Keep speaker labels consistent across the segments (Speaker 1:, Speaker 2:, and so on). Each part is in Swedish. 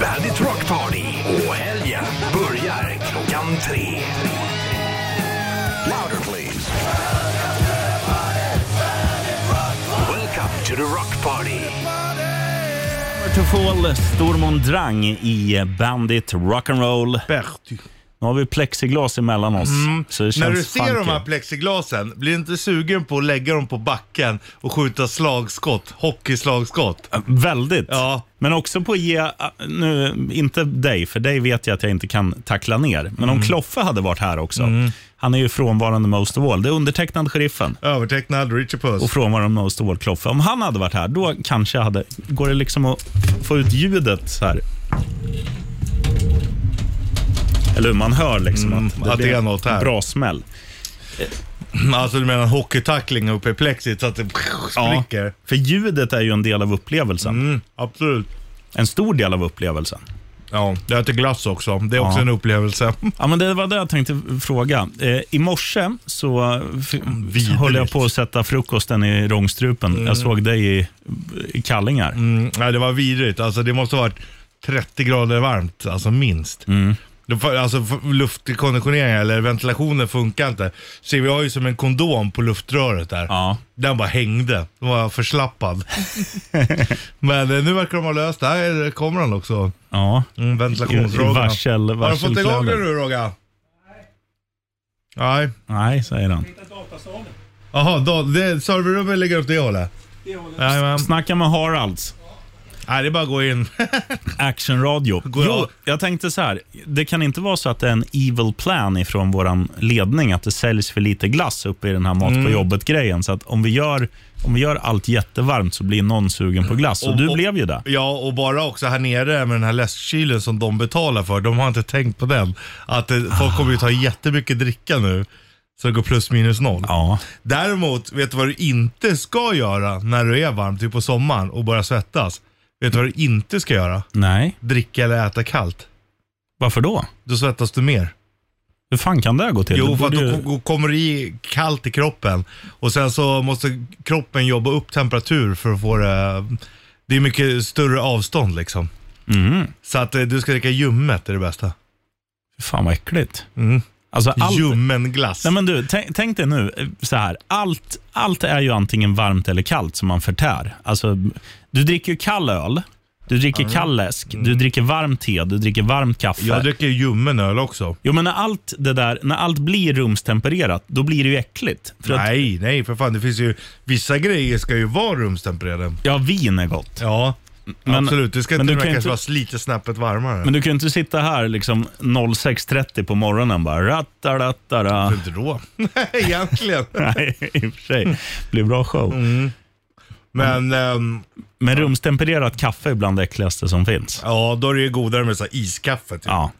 Speaker 1: Bandit Rock Party och helgen börjar klockan tre. Louder please. Welcome to the Rock Party.
Speaker 2: To Fall, Stormondrang i Bandit Rock'n'Roll.
Speaker 3: Berty.
Speaker 2: Nu har vi plexiglas emellan oss. Så det känns
Speaker 3: Mm. När du ser
Speaker 2: funky.
Speaker 3: de här plexiglasen, blir du inte sugen på att lägga dem på backen och skjuta slagskott? Hockeyslagskott?
Speaker 2: Väldigt.
Speaker 3: Ja.
Speaker 2: Men också på att ge, äh, nu, inte dig, för dig vet jag att jag inte kan tackla ner. Men om
Speaker 3: Mm.
Speaker 2: Kloffe hade varit här också. Han är ju frånvarande most of all. Det är undertecknad sheriffen
Speaker 3: Övertecknad Richard Puss.
Speaker 2: och frånvarande most of all Kloffe. Om han hade varit här, då kanske jag hade... Går det liksom att få ut ljudet så här? Eller hur? Man hör liksom att det,
Speaker 3: att Mm, det
Speaker 2: blir
Speaker 3: är något här.
Speaker 2: bra smäll.
Speaker 3: Alltså du menar hockeytackling uppe i plexit så att det spricker? Ja.
Speaker 2: För ljudet är ju en del av upplevelsen.
Speaker 3: Mm, absolut.
Speaker 2: En stor del av upplevelsen.
Speaker 3: Ja, jag äter glass också. Det är också
Speaker 2: Ja.
Speaker 3: en upplevelse.
Speaker 2: Ja, men det var det jag tänkte fråga. Eh, I morse så eh, f-
Speaker 3: Mm, vidrigt.
Speaker 2: höll jag på att sätta frukosten i rångstrupen. Jag såg dig i, i kallingar.
Speaker 3: Mm, nej, det var vidrigt. Alltså det måste ha varit 30 grader varmt, alltså minst. Mm. Alltså f- luftkonditioneringen eller ventilationen funkar inte. Så vi har ju som en kondom på luftröret där.
Speaker 2: Ja.
Speaker 3: Den bara hängde. Den var förslappad. Men eh, nu verkar de ha löst det. Här kommer han också.
Speaker 2: Ja.
Speaker 3: Mm, ventilationsfrågan.
Speaker 2: I- i varsel-
Speaker 3: har du fått igång
Speaker 2: varselkläder.
Speaker 3: den nu Roga? Nej.
Speaker 2: Nej, säger han.
Speaker 3: Jaha, då- det- serverrummet ligger åt det hållet? Nej, men,
Speaker 2: Snacka med Haralds.
Speaker 3: nej, det är bara att gå in.
Speaker 2: Actionradio.
Speaker 3: Går jag?
Speaker 2: Jo, jag tänkte så här. Det kan inte vara så att det är en evil plan ifrån vår ledning att det säljs för lite glass uppe i den här mat
Speaker 3: Mm.
Speaker 2: på jobbet-grejen. Så att om vi, gör, om vi gör allt jättevarmt så blir någon sugen på glass. Och,
Speaker 3: Och-
Speaker 2: du
Speaker 3: och-
Speaker 2: blev ju det.
Speaker 3: Ja, och bara också här nere med den här läskkylen som de betalar för. De har inte tänkt på den. Att eh, folk kommer ju ta jättemycket dricka nu. Så det går plus minus noll.
Speaker 2: Ja.
Speaker 3: Däremot, vet du vad du inte ska göra när du är varm, typ på sommaren och börjar svettas? Vet du vad du inte ska göra?
Speaker 2: Nej,
Speaker 3: Dricka eller äta kallt.
Speaker 2: varför då?
Speaker 3: Då svettas du mer.
Speaker 2: Hur fan kan det här gå till?
Speaker 3: Jo,
Speaker 2: Det
Speaker 3: för att
Speaker 2: borde ju-
Speaker 3: då ko- kommer det i kallt i kroppen. Och sen så måste kroppen jobba upp temperatur för att få det... Det är mycket större avstånd liksom.
Speaker 2: Mm.
Speaker 3: Så att eh, du ska dricka ljummet är det bästa.
Speaker 2: Fy Fan vad äckligt.
Speaker 3: Mm.
Speaker 2: Alltså allt...
Speaker 3: Ljummen glass.
Speaker 2: Nej, men du, tänk, tänk dig nu eh, så här. Allt, allt är ju antingen varmt eller kallt som man förtär. Alltså, du dricker ju kall öl, du dricker kall läsk, du dricker varmt te, du dricker varmt kaffe.
Speaker 3: Mm. Jag dricker ljummen öl också.
Speaker 2: Jo, men när allt, det där, när allt blir rumstempererat, då blir det ju äckligt. För att,
Speaker 3: Nej, nej för fan. Det finns ju... Vissa grejer ska ju vara rumstempererade.
Speaker 2: ja, vin är gott.
Speaker 3: Ja,
Speaker 2: Men-
Speaker 3: Mm, absolut. Det ska
Speaker 2: men
Speaker 3: till
Speaker 2: du
Speaker 3: och med
Speaker 2: kan ju
Speaker 3: kanske
Speaker 2: inte-
Speaker 3: vara lite snäppet varmare.
Speaker 2: Men du kan ju inte sitta här liksom 06.30 på morgonen bara rattarattara.
Speaker 3: Inte då. Egentligen.
Speaker 2: Nej, i och för sig. Det blir bra show.
Speaker 3: Mm. Men ehm,
Speaker 2: Men rumstempererat kaffe är bland det äckligaste som finns.
Speaker 3: ja, då är det ju godare med så här iskaffe. Typ.
Speaker 2: Ja.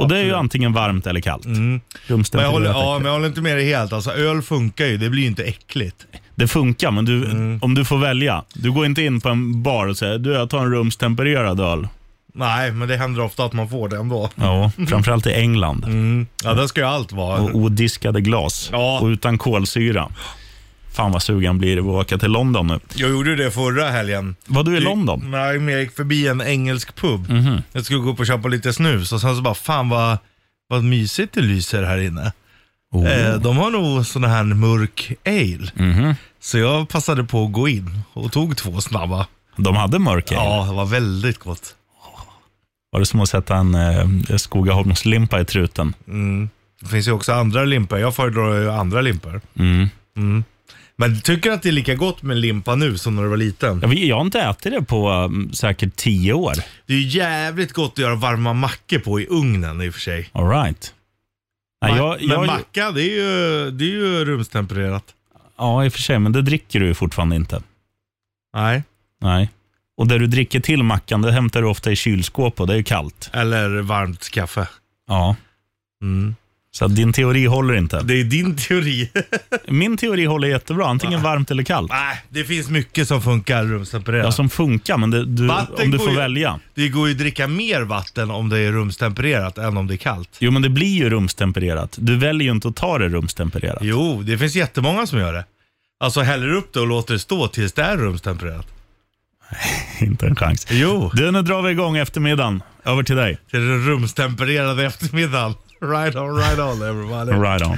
Speaker 2: Och det är ju antingen varmt eller kallt.
Speaker 3: Mm. Men jag,
Speaker 2: Rumstempererat
Speaker 3: håller, ja,
Speaker 2: äckligt.
Speaker 3: men jag håller inte med dig helt. Alltså, öl funkar ju, det blir ju inte äckligt.
Speaker 2: Det funkar, men du,
Speaker 3: Mm.
Speaker 2: om du får välja. Du går inte in på en bar och säger du, jag tar en rumstempererad öl.
Speaker 3: Nej, men det händer ofta att man får det ändå.
Speaker 2: Ja, framförallt i England.
Speaker 3: Ja, där ska ju allt vara.
Speaker 2: Och odiskade glas.
Speaker 3: Mm. Ja.
Speaker 2: Och utan kolsyra. Fan vad sugen blir det att åka till London nu.
Speaker 3: Jag gjorde ju det förra helgen.
Speaker 2: Var du i London?
Speaker 3: Nej, men jag gick förbi en engelsk pub.
Speaker 2: Mhm.
Speaker 3: Jag skulle gå upp och köpa lite snus och sen så bara, fan vad, vad mysigt det lyser här inne.
Speaker 2: Oh.
Speaker 3: Eh, de har nog sån här mörk ale.
Speaker 2: Mhm.
Speaker 3: Så jag passade på att gå in och tog två snabba.
Speaker 2: De hade mörker.
Speaker 3: Ja, det var väldigt gott.
Speaker 2: Var det som att sätta en eh, Skogaholmslimpa i truten?
Speaker 3: Det finns ju också andra limpor. Jag föredrar ju andra limpor. Mm. Men tycker du att det är lika gott med limpa nu som när du var liten?
Speaker 2: Jag, vet- jag har inte ätit det på mm, säkert tio år.
Speaker 3: Det är ju jävligt gott att göra varma mackor på i ugnen i och för sig.
Speaker 2: All right. Nej, jag,
Speaker 3: Men
Speaker 2: jag,
Speaker 3: macka, det är ju, det är ju rumstempererat.
Speaker 2: ja, i och för sig, men det dricker du ju fortfarande inte.
Speaker 3: Nej.
Speaker 2: Nej. Och det du dricker till mackan, det hämtar du ofta i kylskåp och det är ju kallt.
Speaker 3: Eller varmt kaffe.
Speaker 2: Ja.
Speaker 3: Mm.
Speaker 2: Så att din teori håller inte.
Speaker 3: Det är din teori.
Speaker 2: Min teori håller jättebra, antingen varmt eller kallt.
Speaker 3: Nej, det finns mycket som funkar rumstempererat.
Speaker 2: Ja, som funkar, men det, du,
Speaker 3: Vatten
Speaker 2: om du
Speaker 3: går
Speaker 2: får
Speaker 3: ju-
Speaker 2: välja.
Speaker 3: Det går ju att dricka mer vatten om det är rumstempererat än om det är kallt.
Speaker 2: Jo, men det blir ju rumstempererat. Du väljer ju inte att ta det rumstempererat.
Speaker 3: Jo, det finns jättemånga som gör det. Alltså häller upp det och låter det stå tills det är rumstempererat.
Speaker 2: Inte en chans.
Speaker 3: Jo.
Speaker 2: Du, nu drar vi igång eftermiddagen. över till dig.
Speaker 3: Till den rumstempererade eftermiddagen. Right on, right on everybody.
Speaker 2: Right on.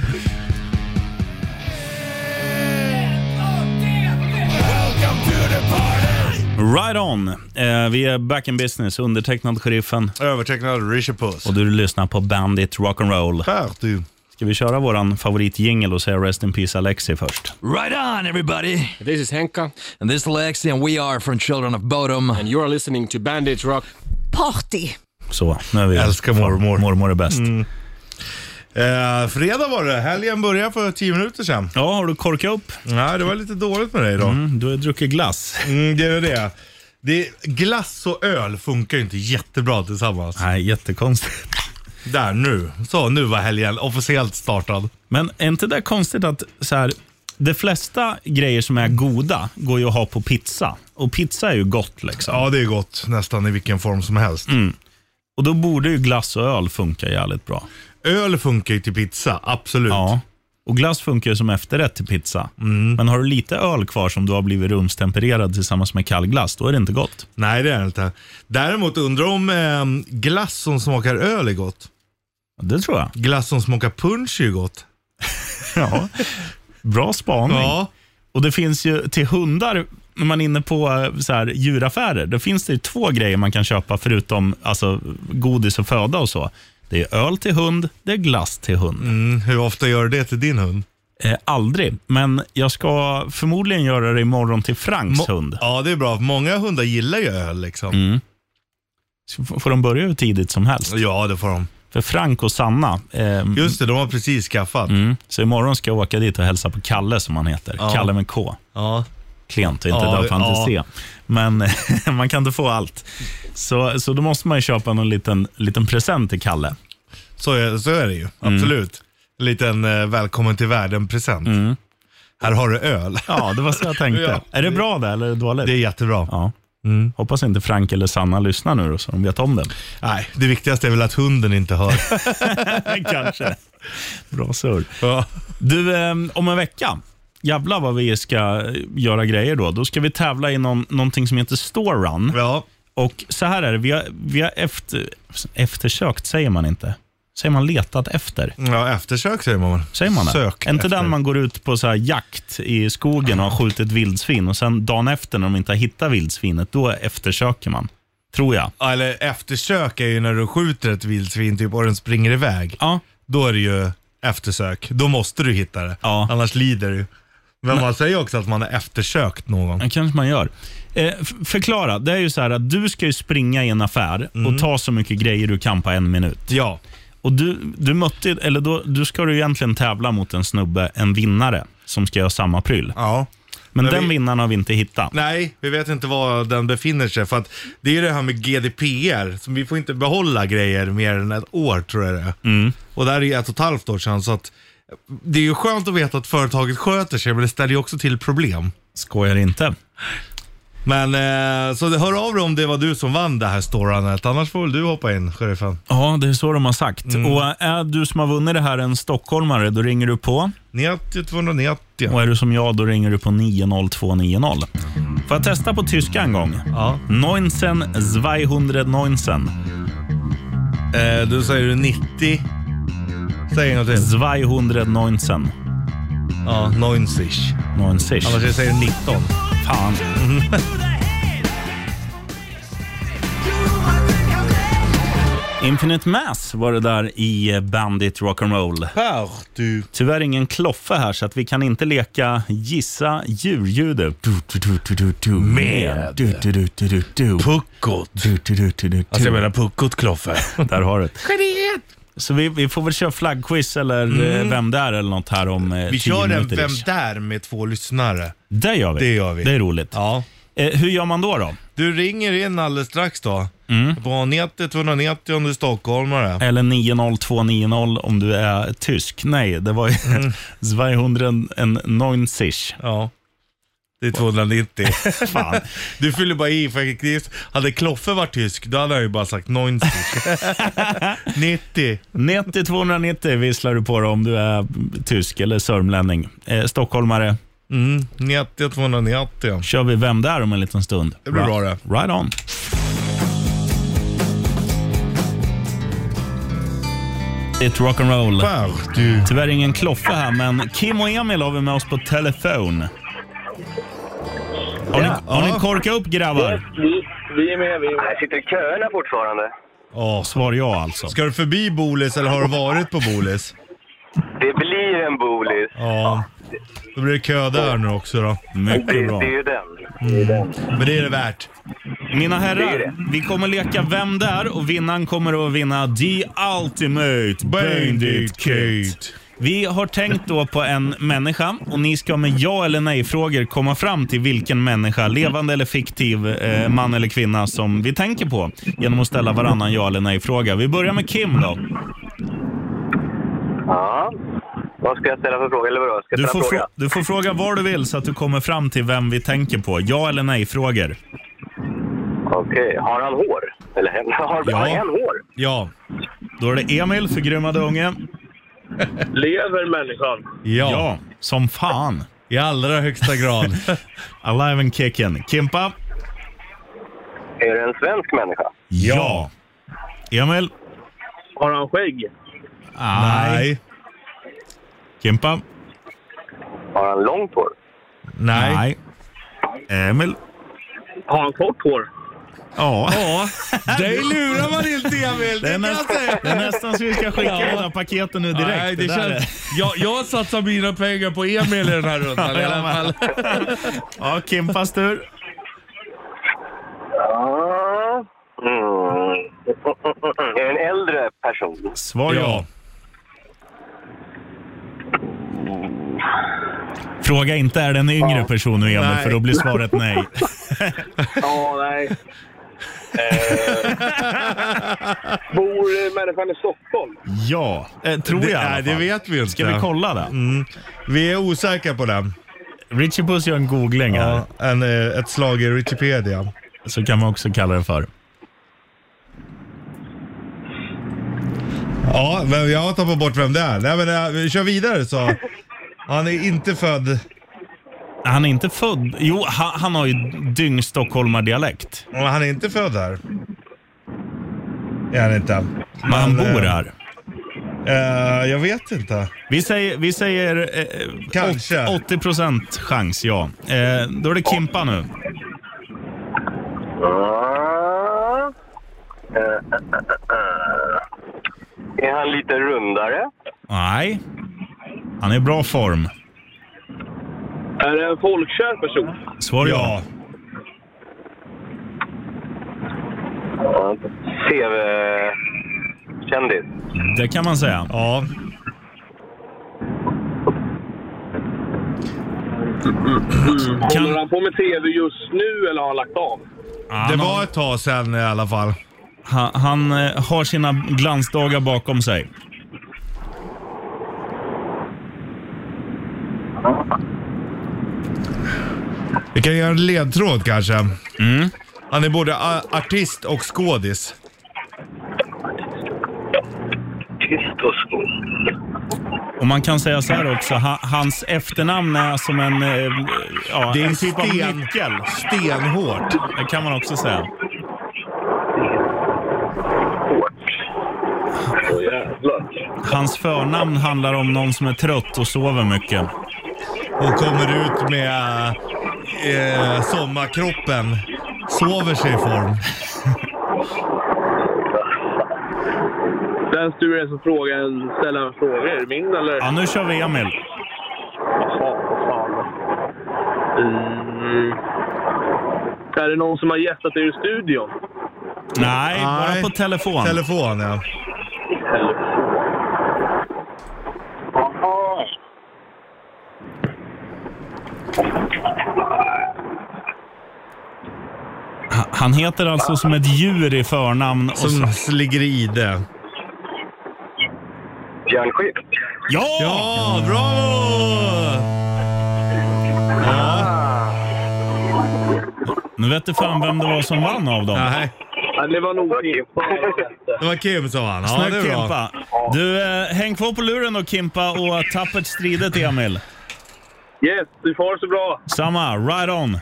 Speaker 2: Right on. Eh, vi är back in business, undertecknad sheriffen
Speaker 3: Övertecknad Richard Puss.
Speaker 2: och du lyssnar på Bandit Rock'n'Roll.
Speaker 3: Party.
Speaker 2: Ska vi köra våran favoritjingel och säga Rest in Peace Alexi först?
Speaker 4: Right on, everybody.
Speaker 5: This is Henka,
Speaker 4: And this is Lexi, and we are from Children of Bodom.
Speaker 5: and you're listening to Bandage Rock.
Speaker 6: Party!
Speaker 2: Så, nu är vi
Speaker 3: Jag älskar mormor.
Speaker 2: Mormor Mm. är bäst.
Speaker 3: Eh, fredag var det. Helgen började för tio minuter sedan.
Speaker 2: Ja, har du korkat upp?
Speaker 3: Nej, det var lite dåligt med dig idag.
Speaker 2: Mm, du har druckit glass.
Speaker 3: Mm, det är väl det. det. Glass och öl funkar ju inte jättebra tillsammans.
Speaker 2: Nej, jättekonstigt.
Speaker 3: Där, nu. Så, nu var helgen officiellt startad.
Speaker 2: Men är inte det konstigt att så här, de flesta grejer som är goda går ju att ha på pizza. Och pizza är ju gott liksom.
Speaker 3: Ja, det är gott nästan i vilken form som helst.
Speaker 2: Mm. Och då borde ju glass och öl funka jävligt bra.
Speaker 3: Öl funkar ju till pizza, absolut.
Speaker 2: Ja. Och glass funkar ju som efterrätt till pizza.
Speaker 3: Mm.
Speaker 2: Men har du lite öl kvar som du har blivit rumstempererad tillsammans med kall glass, då är det inte gott.
Speaker 3: Nej, det är det inte. Däremot undrar om eh, glass som smakar öl är gott.
Speaker 2: Det tror jag.
Speaker 3: Glass som smakar punch är ju gott.
Speaker 2: Ja. Bra spaning.
Speaker 3: Ja.
Speaker 2: Och det finns ju till hundar, när man är inne på eh, så här, djuraffärer, då finns det ju två grejer man kan köpa förutom alltså, godis och föda och så. Det är öl till hund, det är glass till hund.
Speaker 3: Mm, hur ofta gör du det till din hund?
Speaker 2: Eh, aldrig, men jag ska förmodligen göra det imorgon till Franks
Speaker 3: Mo-
Speaker 2: hund.
Speaker 3: Ja, det är bra. Många hundar gillar ju öl liksom.
Speaker 2: Mm. Så f- får de börja hur tidigt som helst.
Speaker 3: Ja, det får de.
Speaker 2: För Frank och Sanna, ehm,
Speaker 3: Just det, de har precis skaffat.
Speaker 2: mm, så imorgon ska jag åka dit och hälsa på Kalle som han heter. Kalle med K.
Speaker 3: Ja.
Speaker 2: klent och inte
Speaker 3: Ja,
Speaker 2: döpt han
Speaker 3: ja.
Speaker 2: till C. Men man kan inte få allt. Så, så då måste man ju köpa någon liten, liten present till Kalle.
Speaker 3: Så är, så är det ju,
Speaker 2: Mm.
Speaker 3: absolut. En liten eh, välkommen till världen-present.
Speaker 2: Mm.
Speaker 3: Här har du öl.
Speaker 2: Ja, det var så jag tänkte.
Speaker 3: Ja.
Speaker 2: Är det bra det eller är det dåligt?
Speaker 3: Det är jättebra.
Speaker 2: Ja. Hoppas inte Frank eller Sanna lyssnar nu då, så de vet om det.
Speaker 3: Nej, det viktigaste är väl att hunden inte hör.
Speaker 2: Kanske. Bra surr.
Speaker 3: ja.
Speaker 2: Du, eh, om en vecka, jävlar vad vi ska eh, göra grejer då. Då ska vi tävla i någon, någonting som heter Store Run.
Speaker 3: ja.
Speaker 2: Och så här är det, vi har, vi har efter, eftersökt, säger man inte. Säger man letat efter?
Speaker 3: Ja, eftersök säger man.
Speaker 2: Säger man det?
Speaker 3: Sök
Speaker 2: Är inte
Speaker 3: efter.
Speaker 2: den man går ut på så här jakt i skogen och har skjutit vildsvin och sen dagen efter när de inte har hittat vildsvinet, då eftersöker man. Tror jag.
Speaker 3: Ja, Eller eftersök är ju när du skjuter ett vildsvin typ, och den springer iväg.
Speaker 2: Ja.
Speaker 3: Då är det ju eftersök. Då måste du hitta det.
Speaker 2: Ja.
Speaker 3: Annars lider du. Men man säger också att man har eftersökt någon.
Speaker 2: Det kanske man gör. Eh, f- förklara, det är ju så här att du ska ju springa i en affär
Speaker 3: Mm.
Speaker 2: och ta så mycket grejer du kan på en minut.
Speaker 3: Ja.
Speaker 2: Och du, du mötte, ju- eller då, du ska du egentligen tävla mot en snubbe, en vinnare, som ska göra samma pryll.
Speaker 3: ja.
Speaker 2: Men,
Speaker 3: Men
Speaker 2: den
Speaker 3: vi-
Speaker 2: vinnaren har vi inte hittat.
Speaker 3: Nej, vi vet inte var den befinner sig. För att det är ju det här med GDPR, som vi får inte behålla grejer mer än ett år tror jag det är. Och där är ju ett och ett halvt år sedan. Så att det är ju skönt att veta att företaget sköter sig, men det ställer ju också till problem.
Speaker 2: Skojar inte.
Speaker 3: Men eh, så det- hör av dig om det var du som vann det här storanet. Annars får väl du hoppa in, sheriffen.
Speaker 2: Ja, det är så de har sagt. Och är du som har vunnit det här en stockholmare, då ringer du på.
Speaker 3: 90 290.
Speaker 2: Och är du som jag, då ringer du på 90290. Får jag testa på tyska en gång?
Speaker 3: Ja.
Speaker 2: Neunsen, 219.
Speaker 3: Eh, då säger du 90. Säg en gång till.
Speaker 2: 219.
Speaker 3: Ja, 90.
Speaker 2: Neunzig.
Speaker 3: Annars jag säger 19.
Speaker 2: Fan. Infinite Mass var det där i Bandit Rock'n'Roll.
Speaker 3: Per du.
Speaker 2: Tyvärr ingen kloffe här, så att vi kan inte leka gissa djurljudet. Du, du, du, du, du, du. Med. Du, du, du, du, du, du.
Speaker 3: Puckot.
Speaker 2: Du, du, du, du, du,
Speaker 3: Alltså jag
Speaker 2: du.
Speaker 3: menar puckot Kloffe.
Speaker 2: Där har du det. Så vi, vi får väl köra flaggquiz eller eh, Vem där eller något här om eh,
Speaker 3: Mm. Vi
Speaker 2: 10
Speaker 3: kör en
Speaker 2: minuter.
Speaker 3: Vem där med två lyssnare.
Speaker 2: Det gör vi.
Speaker 3: Det gör vi.
Speaker 2: Det är roligt.
Speaker 3: Ja.
Speaker 2: Eh, hur gör man då? då?
Speaker 3: Du ringer in alldeles strax då. På 90 290 om du är stockholmare.
Speaker 2: Eller 90290 om du är tysk. Nej, det var ju
Speaker 3: Mm.
Speaker 2: 290.
Speaker 3: Ja. Det är 290.
Speaker 2: Fan.
Speaker 3: Du fyller bara i faktiskt. Hade Kloffe varit tysk, då hade han ju bara sagt 90. 90.
Speaker 2: 90 290 visslar du på då om du är tysk eller sörmlänning. Eh, stockholmare,
Speaker 3: Mm. 90 290.
Speaker 2: kör vi Vem där om en liten stund.
Speaker 3: Det blir bra det.
Speaker 2: Right on. It rock'n'roll.
Speaker 3: Wow, du.
Speaker 2: Tyvärr ingen kloffe här, men Kim och Emil har vi med oss på telefon. Har ni, har ni korkat upp grabbar?
Speaker 7: Vi, vi är med, vi är med.
Speaker 8: Jag sitter i köerna fortfarande.
Speaker 3: Ja.
Speaker 2: Svar ja alltså.
Speaker 3: Ska du förbi Bolis eller har du varit på Bolis?
Speaker 8: Det blir en bolis.
Speaker 3: Ja. Då blir det kö där nu också då.
Speaker 2: Mycket
Speaker 8: Det,
Speaker 2: bra.
Speaker 8: det är ju den.
Speaker 3: Men det är det värt.
Speaker 2: Mina
Speaker 8: Det är
Speaker 2: herrar,
Speaker 8: det.
Speaker 2: vi kommer leka Vem där? och vinnaren kommer att vinna The Ultimate Bandit Kit. Vi har tänkt då på en människa och ni ska med ja eller nej-frågor komma fram till vilken människa, levande eller fiktiv, eh, man eller kvinna som vi tänker på genom att ställa varannan ja eller nej-fråga. Vi börjar med Kim då.
Speaker 8: Ja. Vad ska jag ställa för fråga? Eller vadå? Ska jag
Speaker 2: Du
Speaker 8: ställa
Speaker 2: får,
Speaker 8: fråga?
Speaker 2: frå- du får fråga var du vill så att du kommer fram till vem vi tänker på. Ja eller nej-frågor.
Speaker 8: Okej. Har han hår? Eller hen? Har,
Speaker 3: Ja.
Speaker 8: har hen hår?
Speaker 3: Ja.
Speaker 2: Då är det Emil, förgrymmade unge.
Speaker 7: Lever människan?
Speaker 3: Ja.
Speaker 2: Ja, som fan.
Speaker 3: I allra högsta grad.
Speaker 2: Alive and kicking. Kimpa?
Speaker 8: Är det en svensk människa?
Speaker 2: Ja. Emil?
Speaker 7: Har han skägg?
Speaker 3: Nej.
Speaker 2: Kimpa?
Speaker 8: Har han långt hår?
Speaker 3: Nej.
Speaker 2: Emil?
Speaker 7: Har han kort hår?
Speaker 2: Ja.
Speaker 3: Ja. Dig lurar man inte Emil.
Speaker 2: Det är, nästan, det är nästan så vi ska skicka de här paketen nu direkt.
Speaker 3: Nej, det
Speaker 2: där är-
Speaker 3: känns... jag, jag satsar mina pengar på Emil i den här rundan i alla fall.
Speaker 2: Ja, Kimpas tur.
Speaker 8: Ja. Mm. Är det en äldre person?
Speaker 2: Svar
Speaker 3: Ja.
Speaker 2: ja. Fråga inte är det en yngre person nu, Emil,
Speaker 3: Nej.
Speaker 2: för då blir svaret nej.
Speaker 7: Ja, nej. eh, bor människan i Stockholm?
Speaker 2: Ja, eh, tror
Speaker 3: Det,
Speaker 2: jag i alla
Speaker 3: nej, det
Speaker 2: fall.
Speaker 3: vet vi inte.
Speaker 2: Ska vi kolla det?
Speaker 3: Vi är osäkra på den.
Speaker 2: Mm. Richie Puss gör en googling här,
Speaker 3: Ja, en, eh, ett slag i Wikipedia.
Speaker 2: så kan man också kalla det för.
Speaker 3: Ja, men jag har tappat bort vem det är. Nej, men eh, vi kör vidare så. Han är inte född.
Speaker 2: Han är inte född... Jo, han, han har ju dyngstockholmardialekt.
Speaker 3: Han är inte född här. Är han inte.
Speaker 2: Men han
Speaker 3: Men,
Speaker 2: bor
Speaker 3: eh,
Speaker 2: här.
Speaker 3: Eh, jag vet inte.
Speaker 2: Vi säger, vi säger eh,
Speaker 3: Kanske.
Speaker 2: 80 procent chans, ja. Eh, då är det Kimpa nu.
Speaker 8: Ja. Eh, eh, eh, eh. Är han lite rundare?
Speaker 2: Nej. Han är i bra form.
Speaker 7: Är det en folkkär person?
Speaker 2: Svar ja.
Speaker 3: Ja.
Speaker 8: Ja. TV-kändis?
Speaker 2: Det kan man säga.
Speaker 3: Ja.
Speaker 7: Håller
Speaker 2: Kan,
Speaker 7: han på med TV just nu eller har han lagt av?
Speaker 3: Det
Speaker 2: han,
Speaker 3: var
Speaker 2: har,
Speaker 3: ett tag sedan i alla fall.
Speaker 2: han, han eh, har sina glansdagar bakom sig.
Speaker 3: Vi kan göra en ledtråd kanske.
Speaker 2: Mm.
Speaker 3: Han är både a- artist och skådis.
Speaker 8: Tyst och skog.
Speaker 2: Och man kan säga så här också, ha, hans efternamn är som en, eh, ja,
Speaker 3: Det är
Speaker 2: en typ av
Speaker 3: sten.
Speaker 2: nyckel.
Speaker 3: Stenhårt.
Speaker 2: Det kan man också säga.
Speaker 7: Åh, jävlar.
Speaker 2: Hans förnamn handlar om någon som är trött och sover mycket.
Speaker 3: Och kommer ut med eh, sommarkroppen. Sover sig i form.
Speaker 7: Den sturen som frågar ställer en fråga. Är det min eller?
Speaker 2: Ja, nu kör vi Emil.
Speaker 7: Ja, fan. Mm. Är det någon som har gästat er i studion?
Speaker 2: Nej, bara
Speaker 3: Nej.
Speaker 2: på telefon.
Speaker 3: Telefon ja.
Speaker 2: Ha- Han heter alltså som ett djur i förnamn. Och
Speaker 3: Som
Speaker 2: så...
Speaker 3: ligger i det.
Speaker 8: Björn Skifs.
Speaker 2: ja!
Speaker 3: Ja, bravo!
Speaker 2: Nu vet du fan vem det var som vann av dem.
Speaker 3: Nej,
Speaker 7: Ja, det var nog inte.
Speaker 3: det var Kim som vann. Ja, det
Speaker 2: Snyggt
Speaker 3: är bra.
Speaker 2: Kimpa. Du, eh, häng kvar på luren då Kimpa och tappert stridet Emil.
Speaker 7: Yes, du får så bra.
Speaker 2: Samma, right on.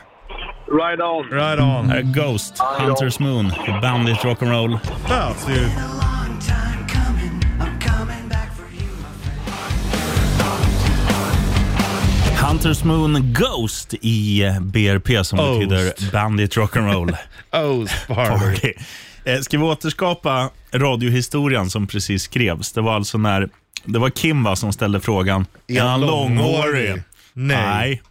Speaker 7: Ride on.
Speaker 3: Right on.
Speaker 2: Här är Ghost, Hunters Moon, Bandit Rock'n'Roll.
Speaker 3: That's you.
Speaker 9: long time coming. I'm coming back.
Speaker 2: Hunters Moon Ghost i BRP som
Speaker 3: Ghost.
Speaker 2: betyder Bandit Rock'n'Roll
Speaker 3: Oh, Spark.
Speaker 2: Party. Eh, Ska vi återskapa radiohistorien som precis skrevs? Det var alltså när det var Kimba som ställde frågan. Är han långhårig?
Speaker 3: Nej.
Speaker 2: Nej.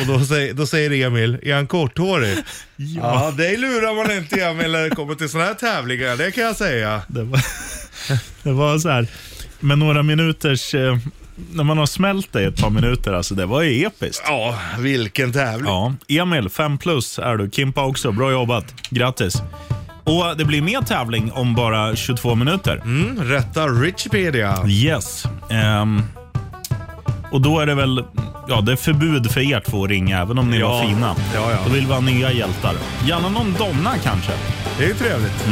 Speaker 3: Och då säger, då säger Emil, är han korthårig? ja. ja, dig lurar man inte Emil när det kommer till sådana här tävlingar, det kan jag säga.
Speaker 2: Det var, det var så här, med några minuters... eh, När man har smält det i ett par minuter, alltså det var ju episkt.
Speaker 3: Ja, vilken tävling.
Speaker 2: Ja, Emil, 5 plus är du. Kimpa också, bra jobbat. Grattis. Och det blir mer tävling om bara 22 minuter.
Speaker 3: Mm, rätta Richpedia.
Speaker 2: Yes. Ehm, och då är det väl ja, det är förbud för er två att ringa, även om ni
Speaker 3: Ja.
Speaker 2: var fina.
Speaker 3: Ja, ja.
Speaker 2: Då vill vi ha nya hjältar. Gärna någon Donna kanske.
Speaker 3: Det är ju trevligt.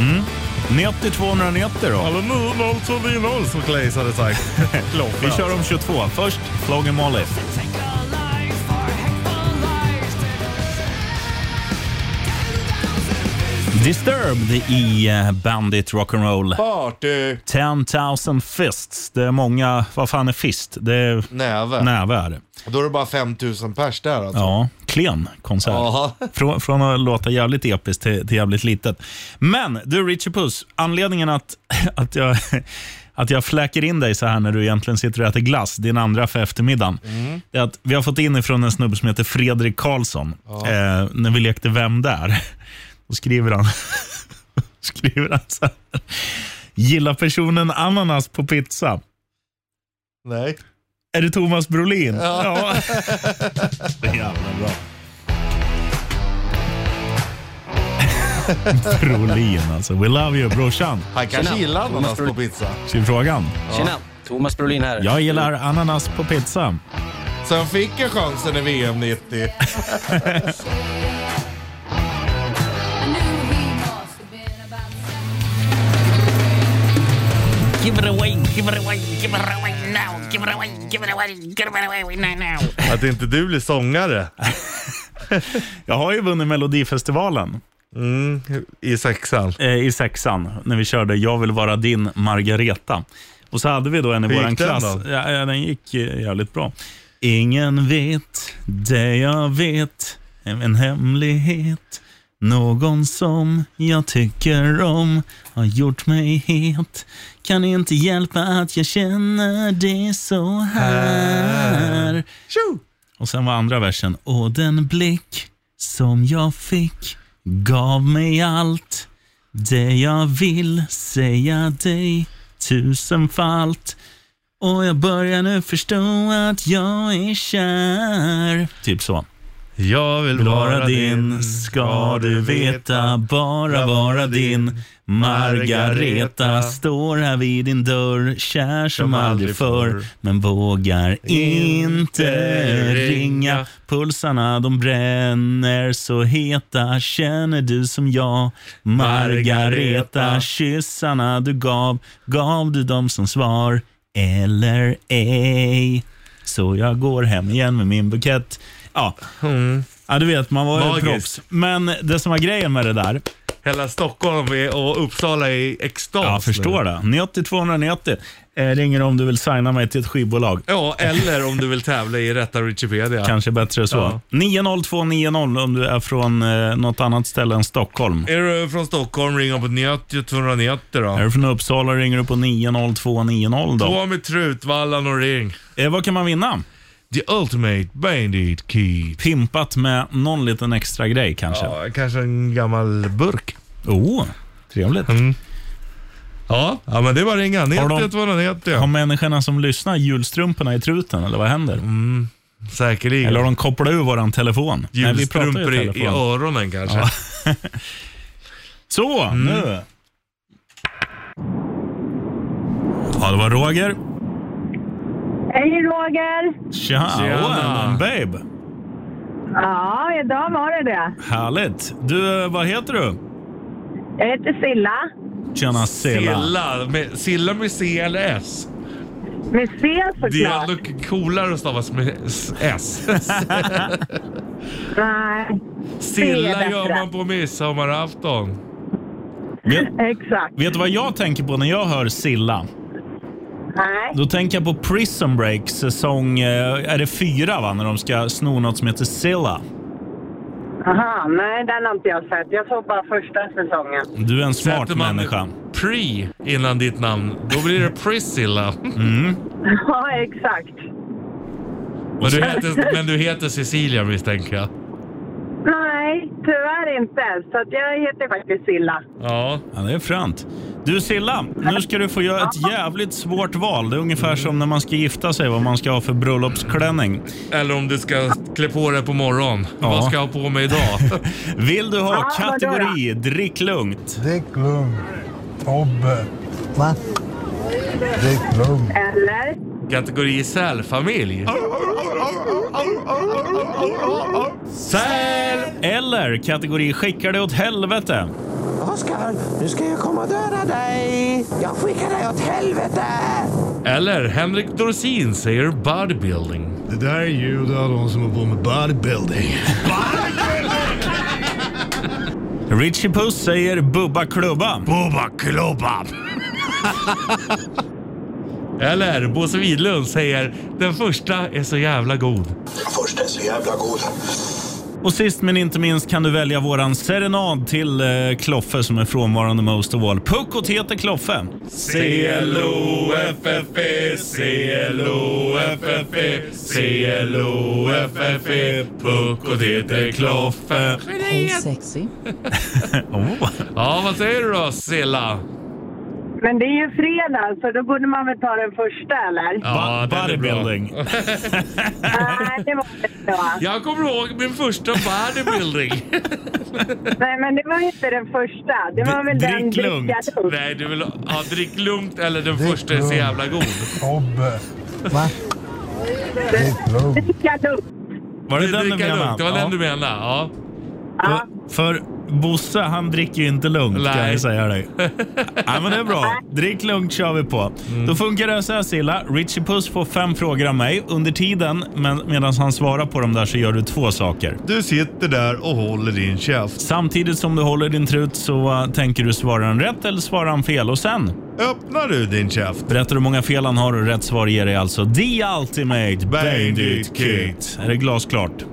Speaker 2: 90 290 då.
Speaker 3: Alla 0-0-2-0 som Claes hade sagt.
Speaker 2: Vi kör om 22. Först Floggy Molly. Disturbed i eh, Bandit Rock'n'Roll.
Speaker 3: Party.
Speaker 2: 10 000 fists. Det är många... Vad fan är fist? Det är
Speaker 3: Näve.
Speaker 2: näve är det.
Speaker 3: Då är det bara 5000 pers där alltså.
Speaker 2: Ja, klen konsert.
Speaker 3: Jaha.
Speaker 2: Från, från att låta jävligt episkt till, till jävligt litet. Men du, Richie Puss, anledningen att, att, jag, att jag fläker in dig så här när du egentligen sitter och äter glass, din andra för eftermiddagen, det är att vi har fått in ifrån en snubbe som heter Fredrik Karlsson, eh, när vi lekte Vem där? Då skriver han, skriver han så här. Gillar personen ananas på pizza?
Speaker 3: Nej.
Speaker 2: Är det Thomas Brolin? Ja. Det är jävla bra. Brolin alltså. We love you brorsan.
Speaker 3: Han kanske gillar ananas på pizza.
Speaker 2: Till frågan.
Speaker 10: Tjena, Thomas Brolin här.
Speaker 2: Jag gillar ananas på pizza.
Speaker 3: Sen fick jag chansen i VM 90.
Speaker 11: Give it away, give it away, give it away now, give it away, give it away, give it away now, now.
Speaker 3: Att inte du blir sångare
Speaker 2: Jag har ju vunnit Melodifestivalen
Speaker 3: i sexan.
Speaker 2: eh, i sexan när vi körde Jag vill vara din Margareta. Och så hade vi då en i
Speaker 3: Hur gick
Speaker 2: vår
Speaker 3: den
Speaker 2: klass.
Speaker 3: då?
Speaker 2: Ja, ja, den gick eh, jävligt bra. Ingen vet det jag vet, en hemlighet. Någon som jag tycker om har gjort mig het. Kan inte hjälpa att jag känner det så här. Och sen var andra versen. Och den blick som jag fick gav mig allt. Det jag vill säga dig tusenfalt. Och jag börjar nu förstå att jag är kär. Typ så.
Speaker 3: Jag vill
Speaker 2: Vara din, ska du veta, bara vara din. Margareta står här vid din dörr, kär som aldrig förr, men vågar inte ringa. Pulsarna de bränner så heta, känner du som jag? Margareta, kyssarna du gav, gav du dem som svar eller ej? Så jag går hem igen med min bukett. Ja, ja du vet, man var ju
Speaker 3: Mm. Magiskt.
Speaker 2: proffs. Men det som var grejen med det där,
Speaker 3: Hela Stockholm är- och Uppsala är i extas.
Speaker 2: jag förstår det. 90 290 eh, ringer om du vill signa mig till ett skivbolag.
Speaker 3: nu. Ja, eller om du vill tävla i rätta Wikipedia.
Speaker 2: Kanske bättre så.
Speaker 3: Ja.
Speaker 2: 90290 om du är från eh, något annat ställe än Stockholm.
Speaker 3: Är du från Stockholm, ring upp 90 290
Speaker 2: Är
Speaker 3: då.
Speaker 2: du från Uppsala ringer du på 90290 då.
Speaker 3: Gå med Trutvallan och ring.
Speaker 2: Eh, vad kan man vinna?
Speaker 3: The Ultimate Bandit Kid.
Speaker 2: Pimpat med någon liten extra grej kanske.
Speaker 3: Ja, kanske en gammal burk.
Speaker 2: Oh, trevligt.
Speaker 3: Mm. Ja, ja men det är bara att ringa.
Speaker 2: Har de-
Speaker 3: 90 290.
Speaker 2: Har människorna som lyssnar julstrumporna i truten eller vad händer?
Speaker 3: Säkerligen.
Speaker 2: Eller har de kopplat ur våran telefon? Nej, vi pratar ju
Speaker 3: Julstrumpor i, i
Speaker 2: telefon.
Speaker 3: öronen kanske.
Speaker 2: Så, nu. Ja, det var Roger.
Speaker 12: Hej Roger!
Speaker 2: Tja,
Speaker 3: Tjena.
Speaker 2: Tjena. babe.
Speaker 12: Ja, idag var det det.
Speaker 2: Härligt. Du, eh, vad heter du?
Speaker 12: Jag heter Silla.
Speaker 2: Tjena Silla.
Speaker 3: Silla. Med, Silla med C eller S?
Speaker 12: Med C
Speaker 3: Det är
Speaker 12: såklart.
Speaker 3: ändå coolare att stavas med s- S.
Speaker 12: Nej,
Speaker 3: Silla
Speaker 12: bättre.
Speaker 3: gör man på midsommarafton.
Speaker 2: Vet,
Speaker 12: exakt.
Speaker 2: vet du vad jag tänker på när jag hör Silla?
Speaker 12: Nej.
Speaker 2: Då tänker jag på Prison Break säsong, eh, är det fyra va? När de ska sno något som heter Silla.
Speaker 12: Aha, nej, den har inte jag sett. Jag såg bara första säsongen.
Speaker 2: Du är en smart
Speaker 13: Sätter man
Speaker 2: människa.
Speaker 13: pre innan ditt namn, då blir det Priscilla.
Speaker 12: Ja, exakt.
Speaker 13: Men, du heter, men du heter Cecilia misstänker jag.
Speaker 12: Nej, tyvärr inte. Så att jag heter faktiskt Silla.
Speaker 13: Ja.
Speaker 2: Ja, det är fränt. Du Silla, nu ska du få göra ett jävligt svårt val. Det är ungefär som när man ska gifta sig, vad man ska ha för bröllopsklänning.
Speaker 13: Eller om du ska klä på dig på morgonen. Vad ska jag ha på mig idag?
Speaker 2: Vill du ha
Speaker 12: Ja, vad då,
Speaker 2: kategori drick lugnt?
Speaker 14: Drick lugnt. Tobbe. Va? Drick lugnt.
Speaker 12: Eller?
Speaker 13: Kategori sälfamilj. Säl!
Speaker 2: Eller kategori skickar det åt helvete?
Speaker 15: Oskar, nu ska jag komma och döda dig! Jag skickar dig åt helvete!
Speaker 13: Eller Henrik Dorsin säger bodybuilding.
Speaker 3: Det där är ljud av de som håller på med bodybuilding.
Speaker 2: Richie Puss säger bubba klubba.
Speaker 3: Bubba klubba.
Speaker 13: Eller Bosse Widlund säger den första är så jävla god.
Speaker 14: Först är så jävla god.
Speaker 2: Och sist men inte minst kan du välja våran serenad till eh, Kloffe som är frånvarande most of all. Puckot heter Kloffe.
Speaker 3: E,
Speaker 13: C-L-O-F-F-E, C-L-O-F-F-E,
Speaker 3: E,
Speaker 13: C-L-O-F-F-E, Puckot heter Kloffe.
Speaker 9: Hej sexy.
Speaker 13: Ja, vad säger du då Silla?
Speaker 12: Men det är ju fredag, så då borde man väl ta den första, eller?
Speaker 13: Ja,
Speaker 2: Bo-
Speaker 13: den är bra.
Speaker 2: bodybuilding.
Speaker 12: Nej, det var inte så.
Speaker 13: Jag kommer ihåg min första bodybuilding.
Speaker 12: Nej, men det var inte den första. Det var väl den
Speaker 13: Drick lugnt.
Speaker 12: dricka lugnt.
Speaker 13: Nej, du vill ha ja, drick lugnt eller den första är så jävla god.
Speaker 14: Tobbe. Va? Drick lugnt.
Speaker 12: Dricka lugnt.
Speaker 2: Var det den du
Speaker 13: Dricka lugnt, det var
Speaker 2: menade?
Speaker 13: den du menade. Ja.
Speaker 12: Ja.
Speaker 2: För Bosse, han dricker ju inte lugnt kan
Speaker 13: Nej.
Speaker 2: jag säga dig. Nej, men det är bra. Drick lugnt kör vi på. Då funkar det så här Silla. Richie Puss får fem frågor av mig. Under tiden, men medan han svarar på dem där så gör du två saker.
Speaker 3: Du sitter där och håller din käft.
Speaker 2: Samtidigt som du håller din trut så eh, tänker du svara han rätt eller svara han fel. Och sen
Speaker 3: Öppnar du din käft?
Speaker 2: berättar du hur många fel han har och rätt svar ger dig alltså The Ultimate Bandit
Speaker 3: Bandit
Speaker 2: Kit.
Speaker 3: Kit.
Speaker 2: Är det glasklart?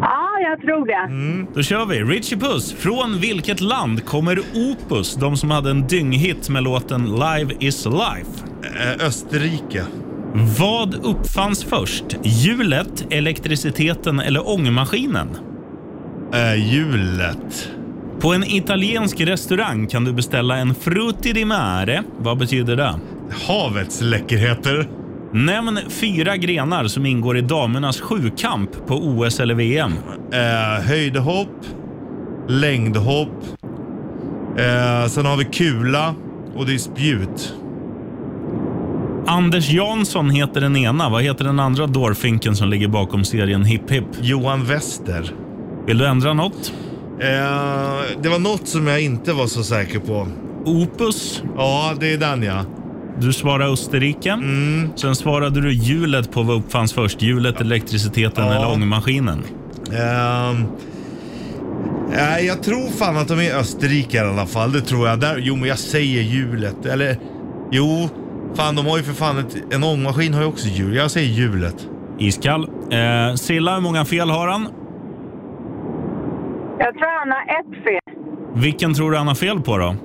Speaker 12: Ja, jag tror det.
Speaker 2: Då kör vi. Richie Puss, från vilket land kommer Opus? De som hade en dynghit med låten Live is life.
Speaker 3: Ö- Österrike.
Speaker 2: Vad uppfanns först? Hjulet, elektriciteten eller ångmaskinen?
Speaker 3: Äh, hjulet.
Speaker 2: På en italiensk restaurang kan du beställa en frutti di mare. Vad betyder det?
Speaker 3: Havets läckerheter.
Speaker 2: Nämn fyra grenar som ingår i damernas sjukamp på OS eller VM.
Speaker 3: Eh, höjdhopp, längdhopp. Eh, sen har vi kula och det är spjut.
Speaker 2: Anders Jansson heter den ena. Vad heter den andra dårfinken som ligger bakom serien Hipp Hipp?
Speaker 3: Johan Wester.
Speaker 2: Vill du ändra något?
Speaker 3: Eh, det var något som jag inte var så säker på.
Speaker 2: Opus
Speaker 3: Ja, det är den ja.
Speaker 2: Du svarade Österrike. Sen svarade du hjulet på vad uppfanns först. Hjulet, elektriciteten
Speaker 3: Mm. Ja.
Speaker 2: eller ångmaskinen.
Speaker 3: Ehm, eh, jag tror fan att de är österrikare i alla fall. Det tror jag. Där, jo, men jag säger hjulet. Eller jo, fan de har ju för fan ett, en ångmaskin har ju också hjul. Jag säger hjulet.
Speaker 2: Iskall. Eh, Silla, hur många fel har han?
Speaker 12: Jag tror han har ett fel.
Speaker 2: Vilken tror du han har fel på då?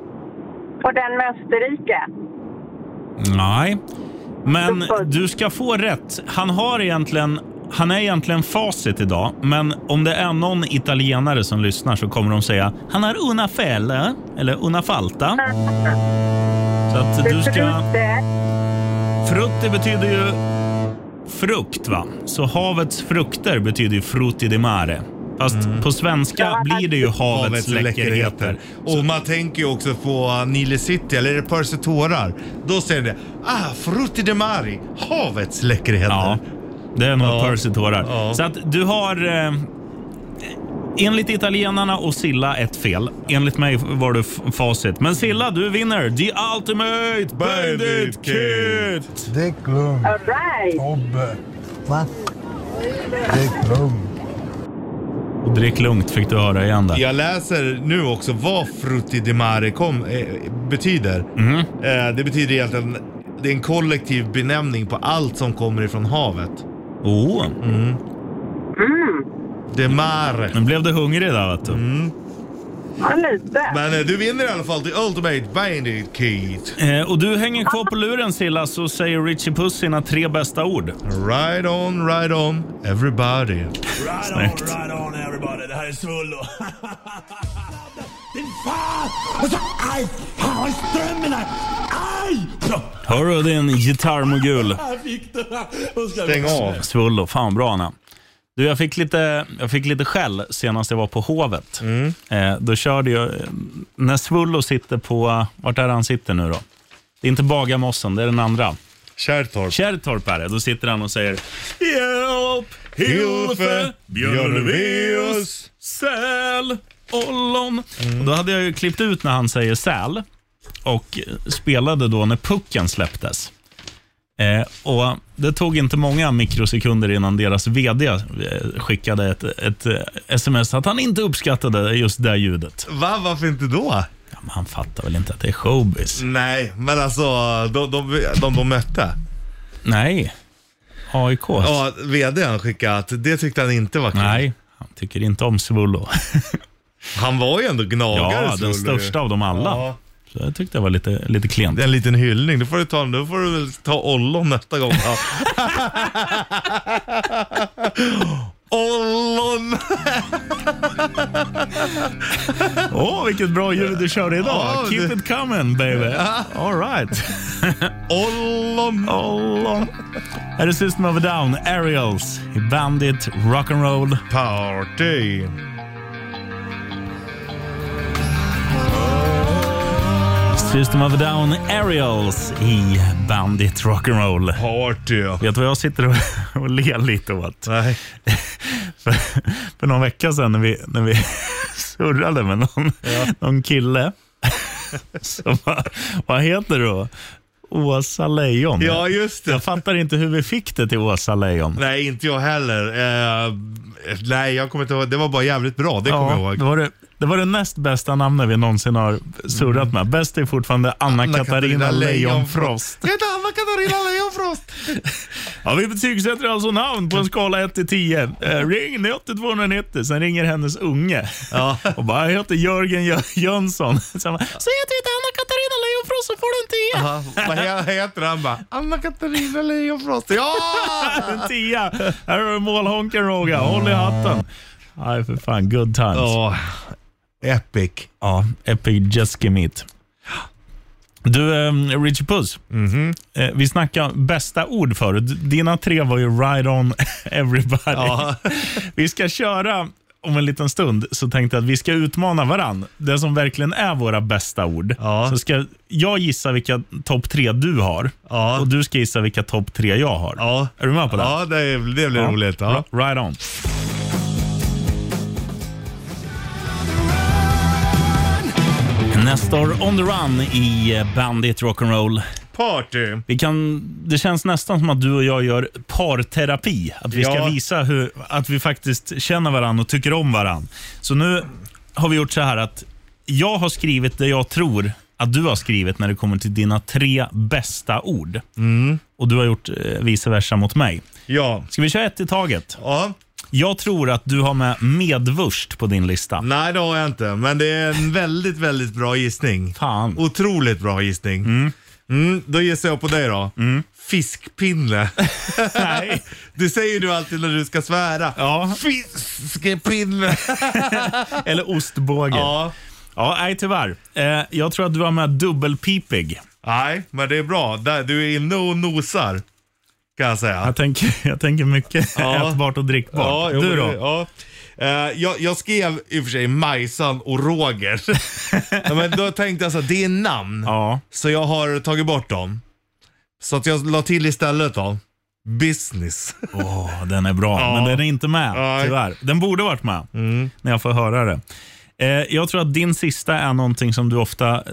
Speaker 12: På den med Österrike.
Speaker 2: Nej. Men du ska få rätt. Han har egentligen... Han är egentligen facit idag, men om det är någon italienare som lyssnar så kommer de säga han har una felle, eller una falta. Så att du ska...
Speaker 12: Frutte.
Speaker 2: Frutti betyder ju frukt, va? Så havets frukter betyder ju frutti di mare. Fast på svenska blir det ju havets, läckerheter.
Speaker 3: Och man tänker ju också på eh, Nile City, eller är det Percy tårar? Då säger det ah, frutti de mari, havets läckerheter.
Speaker 2: Ja, det är nog
Speaker 3: Ja.
Speaker 2: Percy tårar.
Speaker 3: Ja.
Speaker 2: Så att du har... Eh, enligt italienarna och Silla ett fel. Enligt mig var det f- facit. Men Silla, du vinner! The Ultimate Bandit
Speaker 3: Bandit
Speaker 2: Kit!
Speaker 14: Drick lugnt.
Speaker 12: All right.
Speaker 14: Tobbe. Va? Drick lugnt.
Speaker 2: Och drick lugnt fick du höra igen där.
Speaker 3: Jag läser nu också vad frutti di mare kom, eh, betyder. Eh, det betyder egentligen det är en kollektiv benämning på allt som kommer ifrån havet.
Speaker 2: Oh.
Speaker 3: Mm. Det är mare.
Speaker 2: Nu blev du hungrig där vet du.
Speaker 12: Ja, lite.
Speaker 3: Men eh, du vinner i alla fall till Ultimate Bandit Kit.
Speaker 2: Eh, och du hänger kvar på luren Silla så säger Richie Puss sina tre bästa ord.
Speaker 3: Right on, right on, everybody.
Speaker 9: Right on,
Speaker 2: Snyggt.
Speaker 9: right on everybody. Det här är Svullo. Din fan! Och så aj! Fan vad strömmen är! Aj! Så,
Speaker 2: Hörru din gitarrmogul.
Speaker 9: här fick du den. Och ska vi-
Speaker 2: Svullo, fan bra Anna. Du, jag fick, lite, jag fick lite skäll senast jag var på Hovet. Eh, då körde jag, eh, när Svullo sitter på, vart är det han sitter nu då? Det är inte Bagarmossen, det är den andra.
Speaker 3: Kärrtorp.
Speaker 2: Kärrtorp är det. Då sitter han och säger
Speaker 13: Hjälp! Hilfe! Björn Ulvaeus!
Speaker 2: Säl! Ollon! Och Då hade jag ju klippt ut när han säger säl och spelade då när pucken släpptes. Eh, och Det tog inte många mikrosekunder innan deras VD eh, skickade ett, ett eh, sms att han inte uppskattade just det ljudet.
Speaker 3: Va, varför inte då?
Speaker 2: Ja, men han fattar väl inte att det är showbiz?
Speaker 3: Nej, men alltså de de, de, de mötte.
Speaker 2: Nej. AIK.
Speaker 3: Ja, vdn skickade att det tyckte han inte var kul.
Speaker 2: Nej, han tycker inte om Svullo.
Speaker 3: Han var ju ändå gnagare.
Speaker 2: Ja, den
Speaker 3: Svullo ju.
Speaker 2: största av dem alla.
Speaker 3: Ja.
Speaker 2: Så jag tyckte det var lite, lite klent.
Speaker 3: Det är en liten hyllning. Då får du ta, då får du väl ta ollon nästa gång. Ja. ollon!
Speaker 2: Åh, vilket bra ljud du kör idag.
Speaker 3: Ja,
Speaker 2: Keep
Speaker 3: det-
Speaker 2: it coming baby. All right.
Speaker 3: Ollon!
Speaker 2: Ollon. Här är System of a Down, Aerials, i Bandit Rock'n'Roll.
Speaker 3: Party!
Speaker 2: System of a Down, Aerials i Bandit Rock'n'Roll.
Speaker 3: Party!
Speaker 2: Vet du vad jag sitter och, och ler lite åt?
Speaker 3: Nej.
Speaker 2: För, för någon vecka sedan när vi, när vi surrade med någon, någon kille. Som var, vad heter det då? Åsa Lejon.
Speaker 3: Ja, just det.
Speaker 2: Jag fattar inte hur vi fick det till Åsa Lejon.
Speaker 3: Nej, inte jag heller. Eh, nej, jag kommer inte ihåg. Det var bara jävligt bra, det kommer jag
Speaker 2: det,
Speaker 3: ihåg.
Speaker 2: var det, det var det näst bästa namnet vi någonsin har
Speaker 3: Mm.
Speaker 2: surrat med. Bäst är fortfarande Anna-Katarina Leijonfrost.
Speaker 3: Jag heter Anna-Katarina Leijonfrost.
Speaker 2: Ja, vi betygsätter alltså namn på en skala 1 till 10. Eh, ring 90 290, sen ringer hennes unge
Speaker 3: Ja.
Speaker 2: och bara jag heter Jörgen Jö- Jönsson. Sen bara, Säg att du heter Anna-Katarina Leijonfrost så får du en 10.
Speaker 3: Ja, Vad he- heter han bara? Anna-Katarina Leijonfrost. Ja!
Speaker 2: En 10. Här har du målhonken Roger, håll i hatten. Nej, för fan. Good times. Ja,
Speaker 3: Ja, epic.
Speaker 2: epic just give it. Du, um, Richie Puss.
Speaker 3: Mhm.
Speaker 2: Eh, vi snackade bästa ord förut. Dina tre var ju right on everybody.
Speaker 3: Ja.
Speaker 2: Vi ska köra om en liten stund, så tänkte jag att vi ska utmana varann. Det som verkligen är våra bästa ord.
Speaker 3: Ja.
Speaker 2: Så ska jag gissa vilka topp tre du har
Speaker 3: Ja.
Speaker 2: och du ska gissa vilka topp tre jag har.
Speaker 3: Ja.
Speaker 2: Är du med på det?
Speaker 3: Ja, det, det blir
Speaker 2: Ja.
Speaker 3: roligt. Ja.
Speaker 2: Ra- Right on. Nästa år On the Run i eh, Bandit Rock'n'Roll.
Speaker 3: Party.
Speaker 2: Vi kan, det känns nästan som att du och jag gör parterapi. Att vi ska
Speaker 3: Ja.
Speaker 2: visa hur, att vi faktiskt känner varandra och tycker om varandra. Så nu har vi gjort så här att jag har skrivit det jag tror att du har skrivit när det kommer till dina tre bästa ord.
Speaker 3: Mm.
Speaker 2: Och du har gjort eh, vice versa mot mig.
Speaker 3: Ja.
Speaker 2: Ska vi köra ett i taget?
Speaker 3: ja.
Speaker 2: Jag tror att du har med medvurst på din lista.
Speaker 3: Nej, det har jag inte. Men det är en väldigt, väldigt bra gissning.
Speaker 2: Fan.
Speaker 3: Otroligt bra gissning. Mm. då gissar jag på dig då. Fiskpinne.
Speaker 2: Mm. Nej.
Speaker 3: Det säger du alltid när du ska svära.
Speaker 2: Ja,
Speaker 3: Fiskepinne.
Speaker 2: eller ostbåge. Ja,
Speaker 3: ja.
Speaker 2: nej tyvärr. Eh, jag tror att du har med dubbelpipig.
Speaker 3: Nej, men det är bra. Där, du är inne och nosar. Kan jag säga.
Speaker 2: Jag tänker, jag tänker mycket
Speaker 3: Ja.
Speaker 2: ätbart och drickbart.
Speaker 3: jo,
Speaker 2: du
Speaker 3: men
Speaker 2: då?
Speaker 3: det- Ja. Eh, jag, jag skrev i och för sig Majsan och Roger. Ja, men då tänkte jag så här, det är namn.
Speaker 2: Ja.
Speaker 3: Så jag har tagit bort dem. Så att jag la till istället då. Business.
Speaker 2: Åh, den är bra, men den är inte med
Speaker 3: Nej. Mm.
Speaker 2: tyvärr. Den borde varit med när jag får höra det. Eh, jag tror att din sista är någonting som du ofta eh,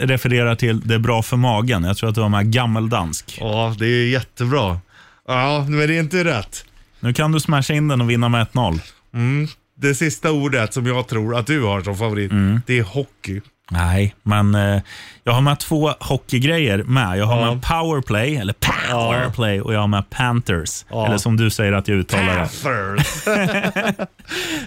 Speaker 2: refererar till, det är bra för magen. Jag tror att du har med gammeldansk.
Speaker 3: Ja, det är jättebra. Ja, men det är inte rätt.
Speaker 2: Nu kan du smasha in den och vinna med 1-0.
Speaker 3: Mm. Det sista ordet som jag tror att du har som favorit, det är hockey.
Speaker 2: Nej, men eh, jag har med två hockeygrejer med. Jag har med powerplay, eller powerplay, och jag har med Panthers.
Speaker 3: Ja.
Speaker 2: Eller som du säger att jag uttalar det.
Speaker 3: Panthers.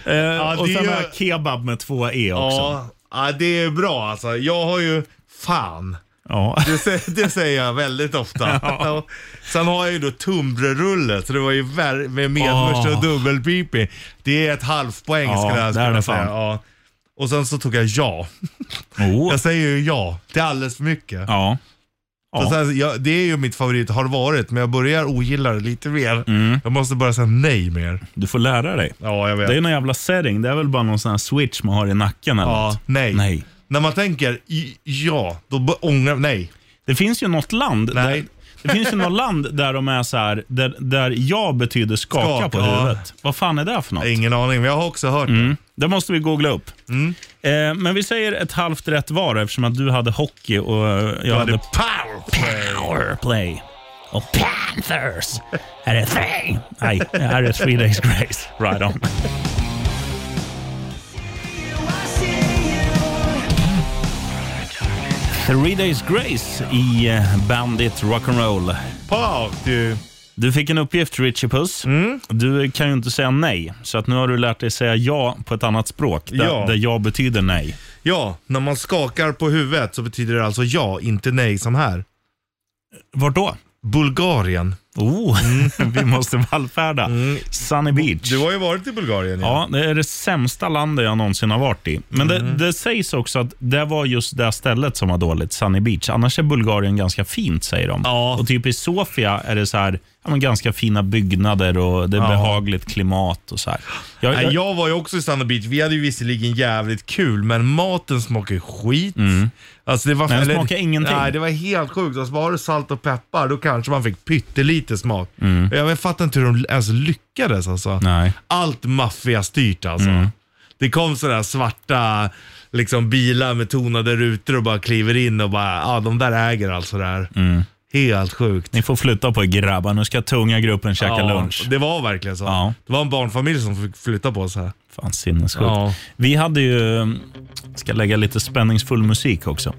Speaker 2: Eh, och
Speaker 3: det
Speaker 2: sen
Speaker 3: är
Speaker 2: har
Speaker 3: ju-
Speaker 2: jag kebab med två E också.
Speaker 3: Ja, ja, det är bra alltså. Jag har ju fan.
Speaker 2: Ja.
Speaker 3: Det, sä- det säger jag väldigt ofta. Ja. Sen har jag ju då tumbrerulle, så det var ju vär- med medmörsa
Speaker 2: Åh.
Speaker 3: och dubbelpipi. Det är ett halvt poäng
Speaker 2: Ja,
Speaker 3: skulle jag
Speaker 2: där är
Speaker 3: skulle
Speaker 2: det
Speaker 3: säga.
Speaker 2: fan.
Speaker 3: Ja. Och sen så tog jag ja. Jag säger ju ja. Det är alldeles för mycket.
Speaker 2: Oh. Ja.
Speaker 3: Så
Speaker 2: Ja.
Speaker 3: sen, jag, det är ju mitt favorit, har varit, men jag börjar ogilla det lite mer. Jag måste bara säga nej mer.
Speaker 2: Du får lära dig.
Speaker 3: Ja, jag
Speaker 2: Mm.
Speaker 3: vet.
Speaker 2: Det är någon jävla setting. Det är väl bara någon sån här switch man har i nacken eller
Speaker 3: Ja,
Speaker 2: något.
Speaker 3: nej.
Speaker 2: nej.
Speaker 3: När man tänker i- ja, då b- ångrar Nej.
Speaker 2: Det finns ju något land
Speaker 3: Nej.
Speaker 2: Där, det finns ju något land där de är så här, där, där ja betyder skaka,
Speaker 3: Skaka,
Speaker 2: på
Speaker 3: ja.
Speaker 2: huvudet. Vad fan är det för något?
Speaker 3: Ingen aning, men jag har också hört
Speaker 2: Mm. Det måste vi googla upp.
Speaker 3: Mm.
Speaker 2: Eh, men vi säger ett halvt rätt var eftersom att du hade hockey och eh, jag
Speaker 3: hade
Speaker 2: hade powerplay. Och Panthers är det thing. Nej, här är three days grace. Right on. Three days grace i eh, Bandit Rock'n'Roll.
Speaker 3: du.
Speaker 2: Du fick en uppgift, Richie Puss.
Speaker 3: Mm.
Speaker 2: Du kan ju inte säga nej, så att nu har du lärt dig säga ja på ett annat språk, där,
Speaker 3: Ja.
Speaker 2: där ja betyder nej.
Speaker 3: Ja, när man skakar på huvudet så betyder det alltså ja, inte nej som här.
Speaker 2: Vart då?
Speaker 3: Bulgarien.
Speaker 2: Oh,
Speaker 3: Mm.
Speaker 2: vi måste vallfärda. Sunny Beach.
Speaker 3: Du har ju varit i Bulgarien.
Speaker 2: Ja, det är det sämsta landet jag någonsin har varit i. Men
Speaker 3: Mm.
Speaker 2: det, det sägs också att det var just det stället som var dåligt, Sunny Beach. Annars är Bulgarien ganska fint, säger de. Och typ i Sofia är det så här, ja, men ganska fina byggnader och det är
Speaker 3: Ja.
Speaker 2: behagligt klimat och så här. Jag-
Speaker 3: Nej,
Speaker 2: jag-
Speaker 3: jag var ju också i Sanna Beach. Vi hade ju visserligen jävligt kul, men maten smakade ju skit. Alltså det var,
Speaker 2: Mm. Nej, den smakade ingenting.
Speaker 3: Nej, det var helt sjukt. Alltså, var det salt och peppar, då kanske man fick pyttelite smak. Jag vet- fattar inte hur de ens lyckades alltså.
Speaker 2: Mm. Nej. Mm.
Speaker 3: Allt maffiastyrt alltså. Det kom sådär svarta liksom, bilar med tonade rutor och bara kliver in och bara, ja ah, de där äger alltså det här.
Speaker 2: Mm.
Speaker 3: Helt sjukt.
Speaker 2: Ni får flytta på er grabbar, nu ska tunga gruppen käka
Speaker 3: Ja,
Speaker 2: lunch.
Speaker 3: Det var verkligen så.
Speaker 2: Ja.
Speaker 3: Det var en barnfamilj som fick flytta på sig.
Speaker 2: Fan sinnessjukt.
Speaker 3: Ja.
Speaker 2: Vi hade ju, ska lägga lite spänningsfull musik också.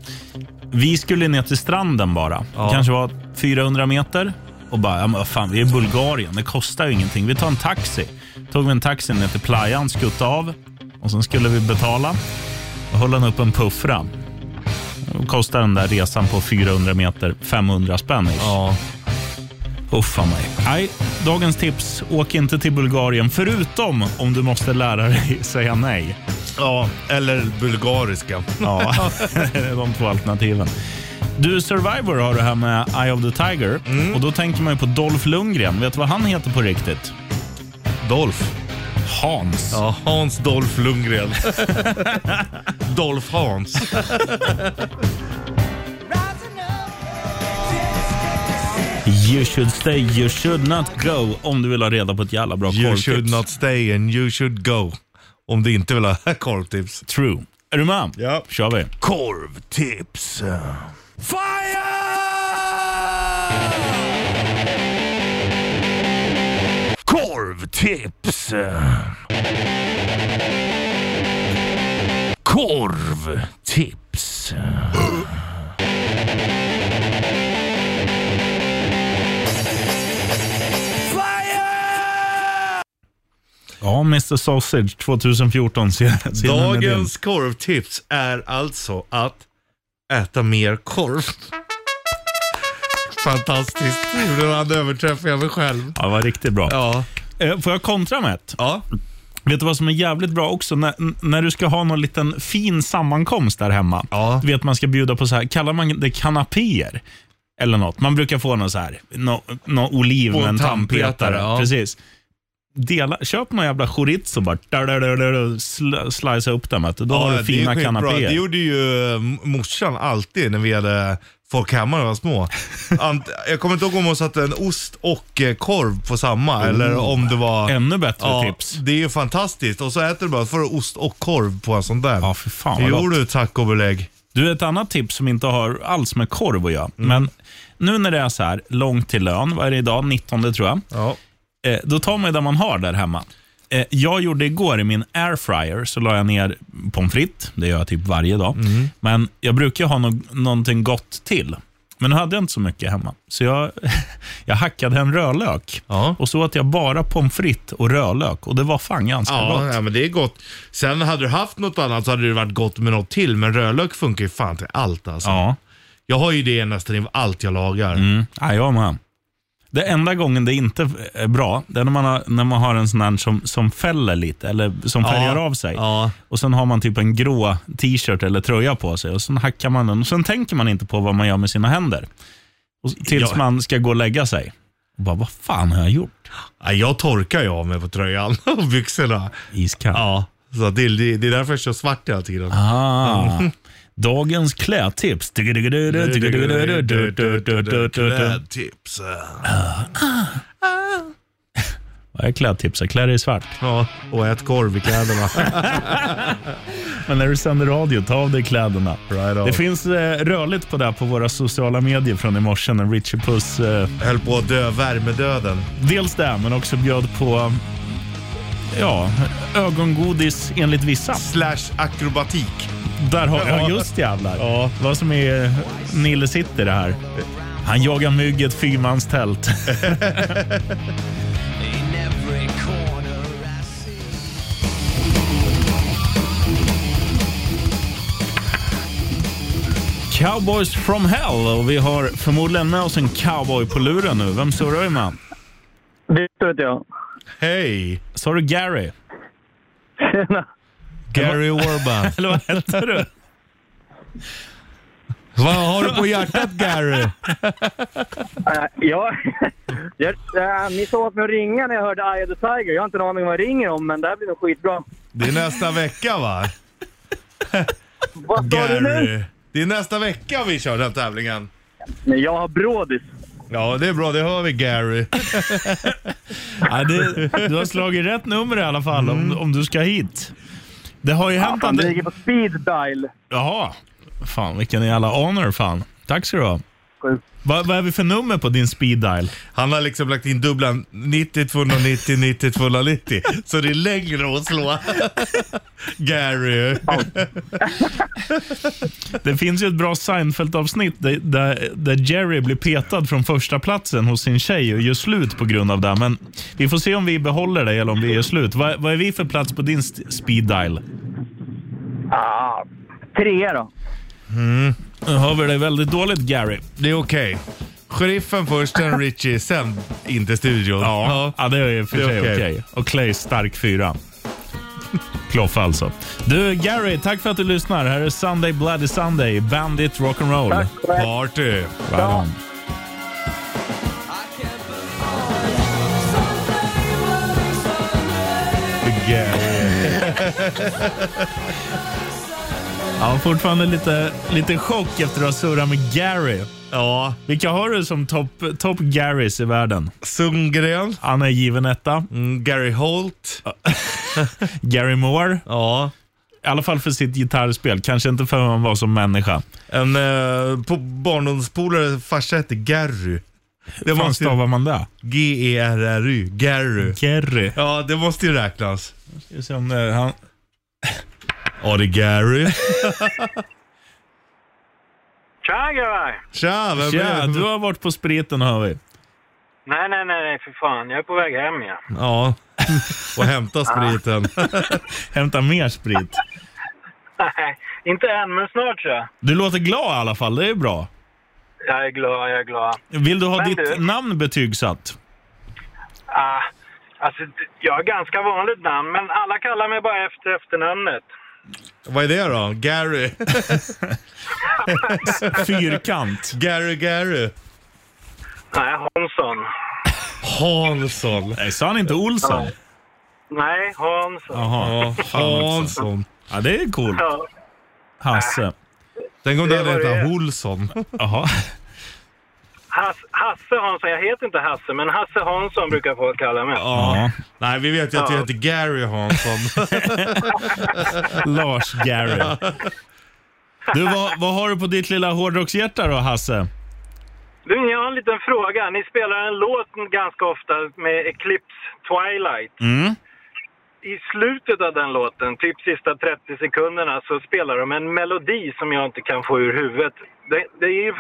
Speaker 2: Vi skulle ner till stranden bara.
Speaker 3: Ja.
Speaker 2: Det kanske var 400 meter. Och bara, ja men vad fan, vi är i Bulgarien, det kostar ju ingenting. Vi tar en taxi. Tog vi en taxi ner till playan, skuttade av och sen skulle vi betala. Då höll han upp en puffra. Då kostar den där resan på 400 meter 500 spänn. Ja. Uffa mig. Nej, dagens tips. Åk inte till Bulgarien, förutom om du måste lära dig säga nej.
Speaker 3: Ja, eller bulgariska.
Speaker 2: Ja, det är de två alternativen. Du, Survivor har du här med Eye of the Tiger.
Speaker 3: Mm.
Speaker 2: Och då tänker man ju på Dolph Lundgren. Vet du vad han heter på riktigt?
Speaker 3: Dolph.
Speaker 2: Hans.
Speaker 3: Ja, Hans Dolph Lundgren. Dolph Hans.
Speaker 2: You should stay, you should not go. Om du vill ha reda på ett jävla bra
Speaker 3: You
Speaker 2: korvtips.
Speaker 3: should not stay and you should go. Om du inte vill ha korvtips.
Speaker 2: True. Är du med?
Speaker 3: Ja.
Speaker 2: kör vi.
Speaker 3: Korvtips.
Speaker 9: Korvtips! Korvtips!
Speaker 2: Ja, Mr Sausage 2014. Se, se den är din.
Speaker 3: Dagens korvtips är alltså att äta mer korv. Fantastiskt. Nu hade överträffat jag mig själv.
Speaker 2: Ja, det var riktigt bra.
Speaker 3: Ja.
Speaker 2: Eh, Får jag kontra med ett?
Speaker 3: Ja.
Speaker 2: Vet du vad som är jävligt bra också? När, n- när du ska ha någon liten fin sammankomst där hemma. Du vet, man ska bjuda på så här, kallar man det kanapéer? Eller något. Man brukar få någon så här, nå nå oliv
Speaker 3: Och
Speaker 2: med en
Speaker 3: tandpetare,
Speaker 2: tandpetare.
Speaker 3: ja.
Speaker 2: Precis. Dela, köp någon jävla chorizo bara. Där, där, där, där, där, sl- slicea upp den. vet du. Då har
Speaker 3: Ja,
Speaker 2: du
Speaker 3: det är
Speaker 2: fina
Speaker 3: skitbra.
Speaker 2: kanapéer.
Speaker 3: Det gjorde ju eh, morsan alltid när vi hade folk hemma när vi var små. Ant- jag kommer inte ihåg om hon satte en ost och eh, korv på samma eller om det var...
Speaker 2: Ännu bättre
Speaker 3: ja,
Speaker 2: tips.
Speaker 3: Det är ju fantastiskt. Och så äter du bara, så får du ost och korv på en sån där.
Speaker 2: Ja, för fan
Speaker 3: det
Speaker 2: vad
Speaker 3: gjorde du tacobelägg.
Speaker 2: Du, ett annat tips som inte har alls med korv att göra.
Speaker 3: Mm.
Speaker 2: Men nu när det är så här långt till lön, vad är det idag? 19 tror jag.
Speaker 3: Ja.
Speaker 2: Eh, då tar man ju det man har där hemma. Eh, Jag gjorde igår i min airfryer, så la jag ner pommes frites. Det gör jag typ varje dag.
Speaker 16: Mm.
Speaker 2: Men jag brukar ha no någonting gott till. Men nu hade jag inte så mycket hemma, så jag, jag hackade en rödlök. Och så åt jag bara pommes frites och rödlök och det var fan ganska
Speaker 3: Ja,
Speaker 2: gott.
Speaker 3: ja, men det är gott. Sen hade du haft något annat så hade det varit gott med något till, men rödlök funkar ju fan till allt alltså.
Speaker 2: Ja.
Speaker 3: Jag har ju det nästan i allt jag lagar.
Speaker 2: Mm. Ja, jag med. Det enda gången det inte är bra, det är när man har, när man har en sån här som, som fäller lite, eller som
Speaker 3: Ja,
Speaker 2: färgar av sig. Och Sen har man typ en grå t-shirt eller tröja på sig och sen hackar man den och sen tänker man inte på vad man gör med sina händer. Och, tills
Speaker 3: Ja.
Speaker 2: man ska gå och lägga sig. Och bara, vad fan har jag gjort?
Speaker 3: Ja, jag torkar ju av mig på tröjan och byxorna.
Speaker 2: Iskall.
Speaker 3: Ja, så det, det, det är därför jag kör svart hela tiden.
Speaker 2: Ah.
Speaker 3: Mm.
Speaker 2: Dagens klädtips.
Speaker 3: Klädtips.
Speaker 2: Vad är klädtipset? Klä dig i svart.
Speaker 3: Ja, och ät korv i kläderna.
Speaker 2: Men när du sänder radio, ta av dig kläderna.
Speaker 3: on.
Speaker 2: det finns eh, rörligt på det här på våra sociala medier från i morse när Richie Puss... Eh,
Speaker 3: Höll på att dö värmedöden.
Speaker 2: Dels det, men också bjöd på ja, ögongodis enligt vissa.
Speaker 3: Slash akrobatik.
Speaker 2: Där har
Speaker 3: Ja.
Speaker 2: ja. just jävlar. Ja. Vad som är eh, Nille sitter det här. Han jagar mygg i ett fyrmanstält. Cowboys from hell och vi har förmodligen med oss en cowboy på luren nu. Vem surrar vi med?
Speaker 17: Victor heter jag.
Speaker 3: Hej!
Speaker 2: Sa du Gary?
Speaker 17: Tjena!
Speaker 3: Gary Orban.
Speaker 2: Eller vad hette du?
Speaker 3: Vad har du på hjärtat Gary?
Speaker 17: Äh, Jag, jag, äh, ni sa åt mig att ringa när jag hörde Eye of the Tiger. Jag har inte en aning om vad jag ringer om, men det här blir nog skitbra.
Speaker 3: Det är nästa vecka va?
Speaker 17: Vad sa du nu?
Speaker 3: Det är nästa vecka vi kör den här tävlingen.
Speaker 17: Men jag har brådis.
Speaker 3: Ja, det är bra. Det hör vi Gary.
Speaker 2: Ja, det, du har slagit rätt nummer i alla fall om, om du ska hit. Det har ju hänt
Speaker 17: Fan,
Speaker 2: att...
Speaker 17: det
Speaker 2: det-
Speaker 17: ligger på speed dial.
Speaker 2: Jaha. Fan, vilken jävla honor fan. Tack ska du ha. Vad vad är vi för nummer på din speed dial?
Speaker 3: Han har liksom lagt in dubbla 90 290 90 290. Så det är längre att slå. Gary.
Speaker 2: Det finns ju ett bra Seinfeld-avsnitt där, där, där Jerry blir petad från första platsen hos sin tjej och gör slut på grund av det. Men vi får se om vi behåller det eller om vi gör slut. Vad, vad är vi för plats på din st- speed dial?
Speaker 17: Ah, trea då.
Speaker 2: Mm. Nu hör vi dig väldigt dåligt Gary.
Speaker 3: Det är okej. Sheriffen först, sen Richie, sen inte studion.
Speaker 2: Ja, ja det är ju för
Speaker 3: Det är
Speaker 2: sig okej.
Speaker 3: okej.
Speaker 2: Och Clay stark fyra. Kloff alltså. Du Gary, tack för att du lyssnar. Här är Sunday Bloody Sunday, Bandit Rock'n'Roll.
Speaker 3: Party.
Speaker 2: Right on. Ja, fortfarande lite, lite chock efter att ha surrat med Gary.
Speaker 3: Ja.
Speaker 2: Vilka har du som topp top Garys i världen?
Speaker 3: Sundgren.
Speaker 2: Han är given etta.
Speaker 3: Gary Holt.
Speaker 2: Gary Moore.
Speaker 3: Ja.
Speaker 2: I alla fall för sitt gitarrspel. Kanske inte för hur han var som människa.
Speaker 3: En eh, på barndomspolare farsa hette Gary.
Speaker 2: Hur fan
Speaker 3: måste ju-
Speaker 2: stavar man det?
Speaker 3: E G-E-R-R-Y. Gary.
Speaker 2: Gary.
Speaker 3: Ja, det måste ju räknas.
Speaker 2: Som, eh, han...
Speaker 3: Ja, det är Gary.
Speaker 8: Tja grabbar!
Speaker 3: Tja, vem
Speaker 2: Tja,
Speaker 3: är det?
Speaker 2: du har varit på spriten hör vi.
Speaker 8: Nej, nej, nej, nej, för fan. Jag är på väg hem ja.
Speaker 3: Ja. Och hämta spriten.
Speaker 2: Hämta mer sprit.
Speaker 8: Nej, inte än, men snart så.
Speaker 2: Du låter glad i alla fall, det är bra.
Speaker 8: Jag är glad, jag är glad.
Speaker 2: Vill du ha
Speaker 8: Men
Speaker 2: ditt
Speaker 8: du-
Speaker 2: namn betygsatt?
Speaker 8: Ah, alltså, d- jag har ganska vanligt namn, men alla kallar mig bara efter efternamnet.
Speaker 3: Vad är det då? Gary?
Speaker 2: Fyrkant.
Speaker 3: Gary Gary.
Speaker 8: Nej, Hansson.
Speaker 3: Hansson.
Speaker 2: Nej, sa han inte Olsson?
Speaker 8: Nej, Hansson.
Speaker 2: Jaha.
Speaker 3: Hansson.
Speaker 2: Ja, det är coolt.
Speaker 8: Ja.
Speaker 2: Hasse.
Speaker 3: Tänk om
Speaker 8: Det
Speaker 3: det hade
Speaker 8: var
Speaker 3: hetat
Speaker 8: det.
Speaker 3: Olsson.
Speaker 2: Jaha.
Speaker 8: Has, Hasse Hansson, jag heter inte Hasse, men Hasse Hansson brukar folk kalla mig.
Speaker 3: Ja. Nej, vi vet ju att du
Speaker 8: Ja.
Speaker 3: heter Gary Hansson.
Speaker 2: Lars Gary. Du, vad, vad har du på ditt lilla hårdrockshjärta då, Hasse?
Speaker 8: Du, jag har en liten fråga. Ni spelar en låt ganska ofta med Eclipse Twilight.
Speaker 2: Mm.
Speaker 8: i slutet av den låten, typ sista 30 sekunderna, så spelar de en melodi som jag inte kan få ur huvudet. Det, det är ju...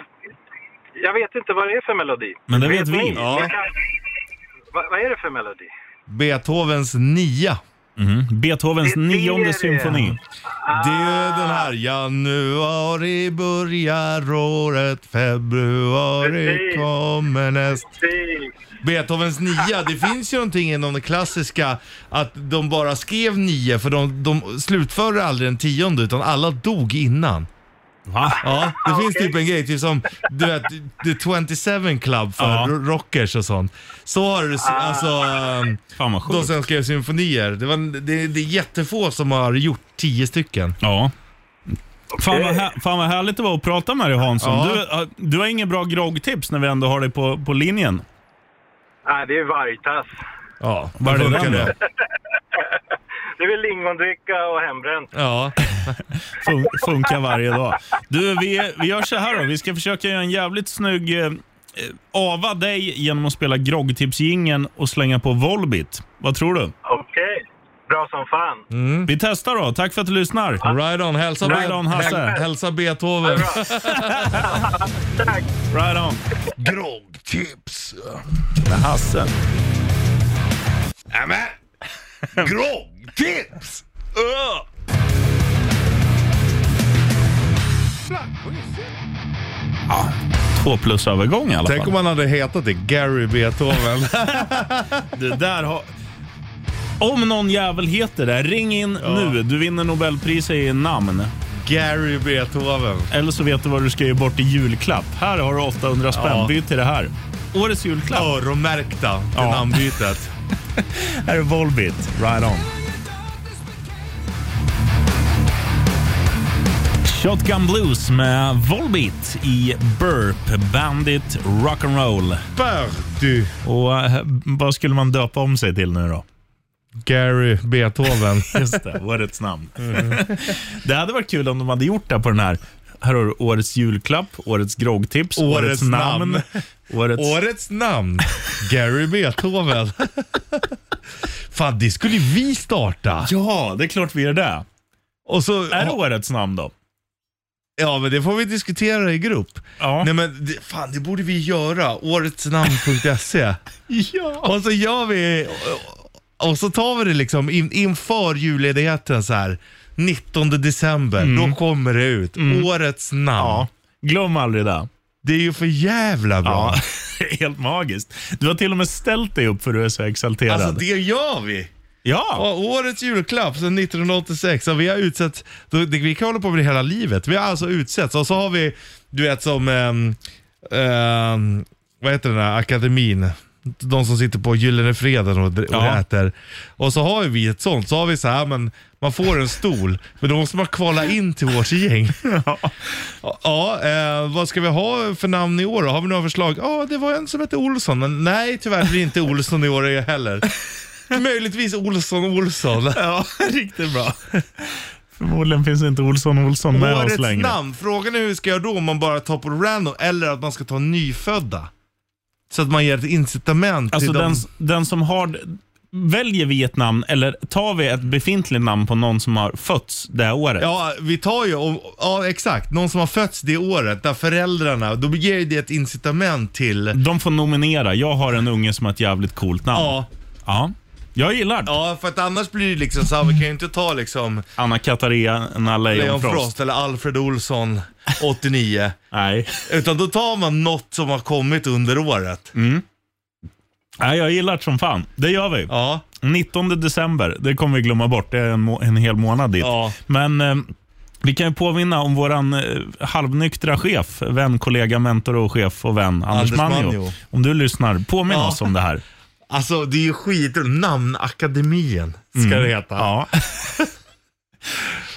Speaker 8: Jag vet inte vad det är för melodi.
Speaker 2: Men det vet
Speaker 8: ni?
Speaker 2: vi. Ja.
Speaker 8: Jag kan- Vad, vad är det för melodi?
Speaker 3: Beethovens nia.
Speaker 2: Beethovens nionde symfoni.
Speaker 8: Ah.
Speaker 3: Det är ju den här januari börjar året, februari
Speaker 8: Precis.
Speaker 3: kommer näst. Beethovens nia, det finns ju någonting inom det klassiska att de bara skrev nio för de, de slutförde aldrig den tionde utan alla dog innan.
Speaker 2: Va?
Speaker 3: Ja, det finns typ en grej, typ som du vet, The 27 Club för
Speaker 2: Ja.
Speaker 3: ro- rockers och sånt. Så har du, s- alltså, ehm,
Speaker 2: Fan vad
Speaker 3: de
Speaker 2: sjukt.
Speaker 3: som skrev symfonier. Det, var, det, det är jättefå som har gjort tio stycken.
Speaker 2: Ja. Fan vad, här, fan vad härligt det var att prata med dig Hansson.
Speaker 3: Ja.
Speaker 2: Du, har- du har ingen bra groggtips när vi ändå har dig på, på linjen.
Speaker 8: Nej, det är vargtass.
Speaker 3: Ja,
Speaker 2: Var det den då?
Speaker 8: Det är väl lingondricka och hembränt.
Speaker 3: Ja.
Speaker 2: Fun funkar varje dag. Du, vi, vi gör så här då. Vi ska försöka göra en jävligt snygg... Eh, eh, ava dig genom att spela groggtipsjingeln och slänga på Volbit. Vad tror du?
Speaker 8: Okej, bra som fan.
Speaker 3: Mm.
Speaker 2: Vi testar då. Tack för att du lyssnar.
Speaker 3: Right on. Hälsa,
Speaker 2: right
Speaker 3: Be-
Speaker 2: on, Hasse.
Speaker 3: häl- hälsa Beethoven.
Speaker 8: Tack.
Speaker 2: Right on.
Speaker 16: Groggtips.
Speaker 2: Med Hasse.
Speaker 16: Nämen! Groggtips! Öh!
Speaker 2: Två plus övergång i alla
Speaker 3: Tänk om
Speaker 2: fall.
Speaker 3: han hade hetat det, Gary Beethoven.
Speaker 2: Det där har... Om någon jävel heter det, ring in nu. Du vinner Nobelpriset i namn.
Speaker 3: Gary Beethoven.
Speaker 2: Eller så vet du vad du ska ge bort i julklapp. Här har du 800 spänn.
Speaker 3: Ja.
Speaker 2: Byt till det här. Årets julklapp.
Speaker 3: Öronmärkta till namnbytet.
Speaker 2: här är Volbit. Right on. Shotgun Blues med Volbeat i Burp, Bandit Rock'n'Roll.
Speaker 3: Party.
Speaker 2: Och eh, vad skulle man döpa om sig till nu då?
Speaker 3: Gary Beethoven.
Speaker 2: Just det, årets namn. det hade varit kul om de hade gjort det på den här. Här har du årets julklapp, årets groggtips, årets,
Speaker 3: Årets
Speaker 2: namn.
Speaker 3: namn.
Speaker 2: Årets...
Speaker 3: Årets namn, Gary Beethoven. Fan, det skulle vi starta.
Speaker 2: Ja, det är klart vi gör det.
Speaker 3: Och så,
Speaker 2: Är det årets namn då?
Speaker 3: Ja, men det får vi diskutera i grupp. Nej, men det, fan, det borde vi göra. Åretsnamn.se.
Speaker 2: Ja.
Speaker 3: Och så gör vi, och så tar vi det liksom in, inför julledigheten så här. 19 december,
Speaker 2: Mm.
Speaker 3: då kommer det ut. Årets namn.
Speaker 2: Glöm aldrig det.
Speaker 3: Det är ju för jävla bra.
Speaker 2: Ja, helt magiskt. Du har till och med ställt dig upp för du är så exalterad.
Speaker 3: Alltså det gör vi.
Speaker 2: Ja.
Speaker 3: årets julklapp sedan 1986. Så vi har utsett, då- det- vi kan hålla på med det hela livet. Vi har alltså utsetts och så har vi, du vet som, ehm, ehm, vad heter den där akademin? De som sitter på Gyllene Freden och, och
Speaker 2: Ja.
Speaker 3: äter. Och så har vi ett sånt, så har vi så här, men man får en stol, men då måste man kvala in till vårt gäng. Ja, eh, vad ska vi ha för namn i år då? Har vi några förslag? Ja, det var en som hette Olsson, men nej tyvärr blir det inte Olsson i år heller. Möjligtvis Olsson Olsson.
Speaker 2: Ja, riktigt bra. Förmodligen finns inte Olsson Olsson med oss
Speaker 3: Årets
Speaker 2: längre.
Speaker 3: namn. Frågan är hur ska jag då om man bara tar på random eller att man ska ta nyfödda? Så att man ger ett incitament
Speaker 2: Alltså
Speaker 3: till
Speaker 2: den,
Speaker 3: dem.
Speaker 2: den som har... Väljer vi ett namn eller tar vi ett befintligt namn på någon som har fötts det här året?
Speaker 3: Ja, vi tar ju, om, ja exakt, någon som har fötts det året, där föräldrarna, då ger ju det ett incitament till...
Speaker 2: De får nominera. Jag har en unge som har ett jävligt coolt namn.
Speaker 3: Ja.
Speaker 2: Ja. Jag gillar det.
Speaker 3: Ja, för att annars blir det liksom så här, vi kan ju inte ta liksom
Speaker 2: Anna Katarina
Speaker 3: Leon
Speaker 2: Leijonfrost.
Speaker 3: Frost eller Alfred Olsson 89.
Speaker 2: Nej.
Speaker 3: Utan då tar man något som har kommit under året.
Speaker 2: Mm. Nej, jag gillar det som fan. Det gör vi.
Speaker 3: Ja.
Speaker 2: 19 december, det kommer vi glömma bort. Det är en, må- en hel månad dit.
Speaker 3: Ja.
Speaker 2: Men eh, vi kan ju påminna om våran eh, halvnyktra chef, vän, kollega, mentor och chef och vän, Anders,
Speaker 3: Anders
Speaker 2: Manjo.
Speaker 3: Manjo.
Speaker 2: Om du lyssnar, påminn
Speaker 3: Ja.
Speaker 2: oss om det här.
Speaker 3: Alltså det är ju skit Namnakademien ska det heta.
Speaker 2: Mm. Ja.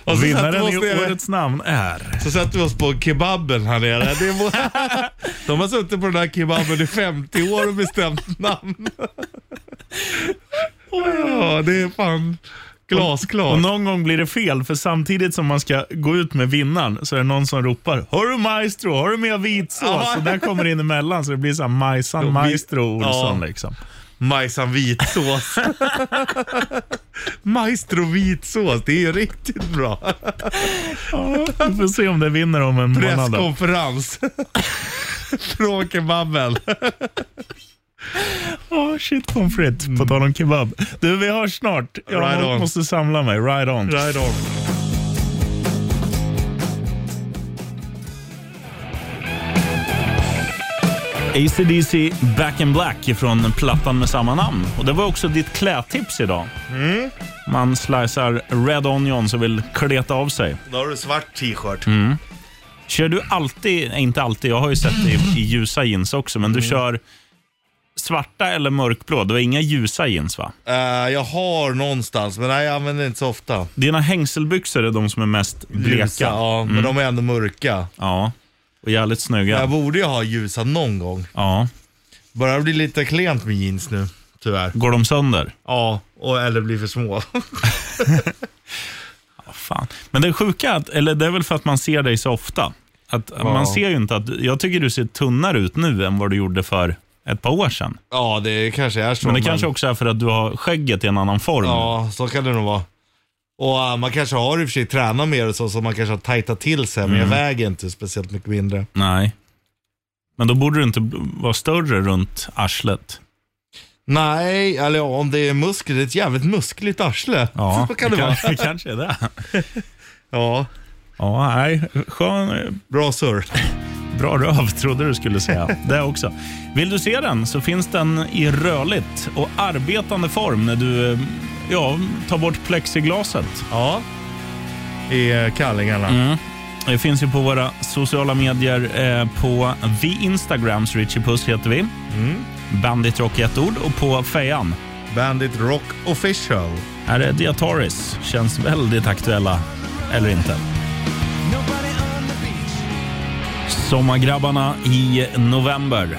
Speaker 3: Och så satte
Speaker 2: Vinnaren
Speaker 3: vi
Speaker 2: i
Speaker 3: oss nere-
Speaker 2: årets namn är...
Speaker 3: Så satte vi oss på kebaben här nere. Det är vår- De har suttit på den här kebaben i 50 år och bestämt namn. Ja, det är fan
Speaker 2: Och
Speaker 3: glasklart.
Speaker 2: någon gång blir det fel, för samtidigt som man ska gå ut med vinnaren så är det någon som ropar Har du maestro? Har du med vitsås?
Speaker 3: Ja.
Speaker 2: Så där kommer det in emellan så det blir så här Majsan,
Speaker 3: Jo, vi-
Speaker 2: maestro, Olsson
Speaker 3: Ja.
Speaker 2: liksom.
Speaker 3: Majsan vitsås. Maestro vitsås, det är ju riktigt bra.
Speaker 2: Vi får se om det vinner om en månad. då.
Speaker 3: Presskonferens. Från kebaben.
Speaker 2: Åh, shit pommes frites, på tal om kebab. Du, vi hörs snart. Jag
Speaker 3: Right on.
Speaker 2: måste samla mig. Right on.
Speaker 3: Right on.
Speaker 2: ACDC Back in Black från plattan med samma namn. Och Det var också ditt klädtips idag.
Speaker 3: Mm.
Speaker 2: Man slicear Red Onion så vill kleta av sig.
Speaker 3: Då har du svart t-shirt.
Speaker 2: Mm. Kör du alltid, nej, inte alltid, jag har ju sett dig i, i ljusa jeans också, men
Speaker 3: Mm.
Speaker 2: du kör svarta eller mörkblå? Du har inga ljusa jeans va?
Speaker 3: Eh, jag har någonstans, men nej, jag använder det inte så ofta.
Speaker 2: Dina hängselbyxor är de som är mest bleka. Mm.
Speaker 3: Ljusa, ja, men de är ändå mörka.
Speaker 2: Ja, och jävligt snygga.
Speaker 3: Jag borde ju ha ljusa någon gång.
Speaker 2: Ja.
Speaker 3: Bara blir lite klent med jeans nu, tyvärr.
Speaker 2: Går de sönder?
Speaker 3: Ja, och, eller blir för små.
Speaker 2: Fan. Men det sjuka, är att, eller det är väl för att man ser dig så ofta. Att Man ser ju inte att, jag tycker du ser tunnare ut nu än vad du gjorde för ett par år sedan.
Speaker 3: ja, det kanske är så.
Speaker 2: Men det kanske också är för att du har skägget i en annan form.
Speaker 3: Ja, så kan det nog vara. Och eh, man kanske har i och för sig tränat mer och så, så man kanske har tajtat till sig,
Speaker 2: Mm.
Speaker 3: men jag väger inte speciellt mycket mindre.
Speaker 2: Nej. Men då borde du inte b- vara större runt arslet.
Speaker 3: Nej, eller ja, om det är muskler, det är ett jävligt muskligt arsle.
Speaker 2: Ja,
Speaker 3: så kan det,
Speaker 2: kanske,
Speaker 3: vara.
Speaker 2: det kanske är det.
Speaker 3: Ja.
Speaker 2: Ja, nej. Skön,
Speaker 3: Bra surr.
Speaker 2: bra röv trodde du skulle säga. Det också. Vill du se den så finns den i rörligt och arbetande form när du eh, ja, tar bort plexiglaset.
Speaker 3: Ja. I eh, kallingarna.
Speaker 2: Mm. Det finns ju på våra sociala medier. Eh, på vi Instagrams, Richie Puss heter vi. Bandit Rock i ett ord och på fejan.
Speaker 3: Bandit Rock Official.
Speaker 2: Här är Diataris. Känns väldigt aktuella, eller inte. Sommargrabbarna i november.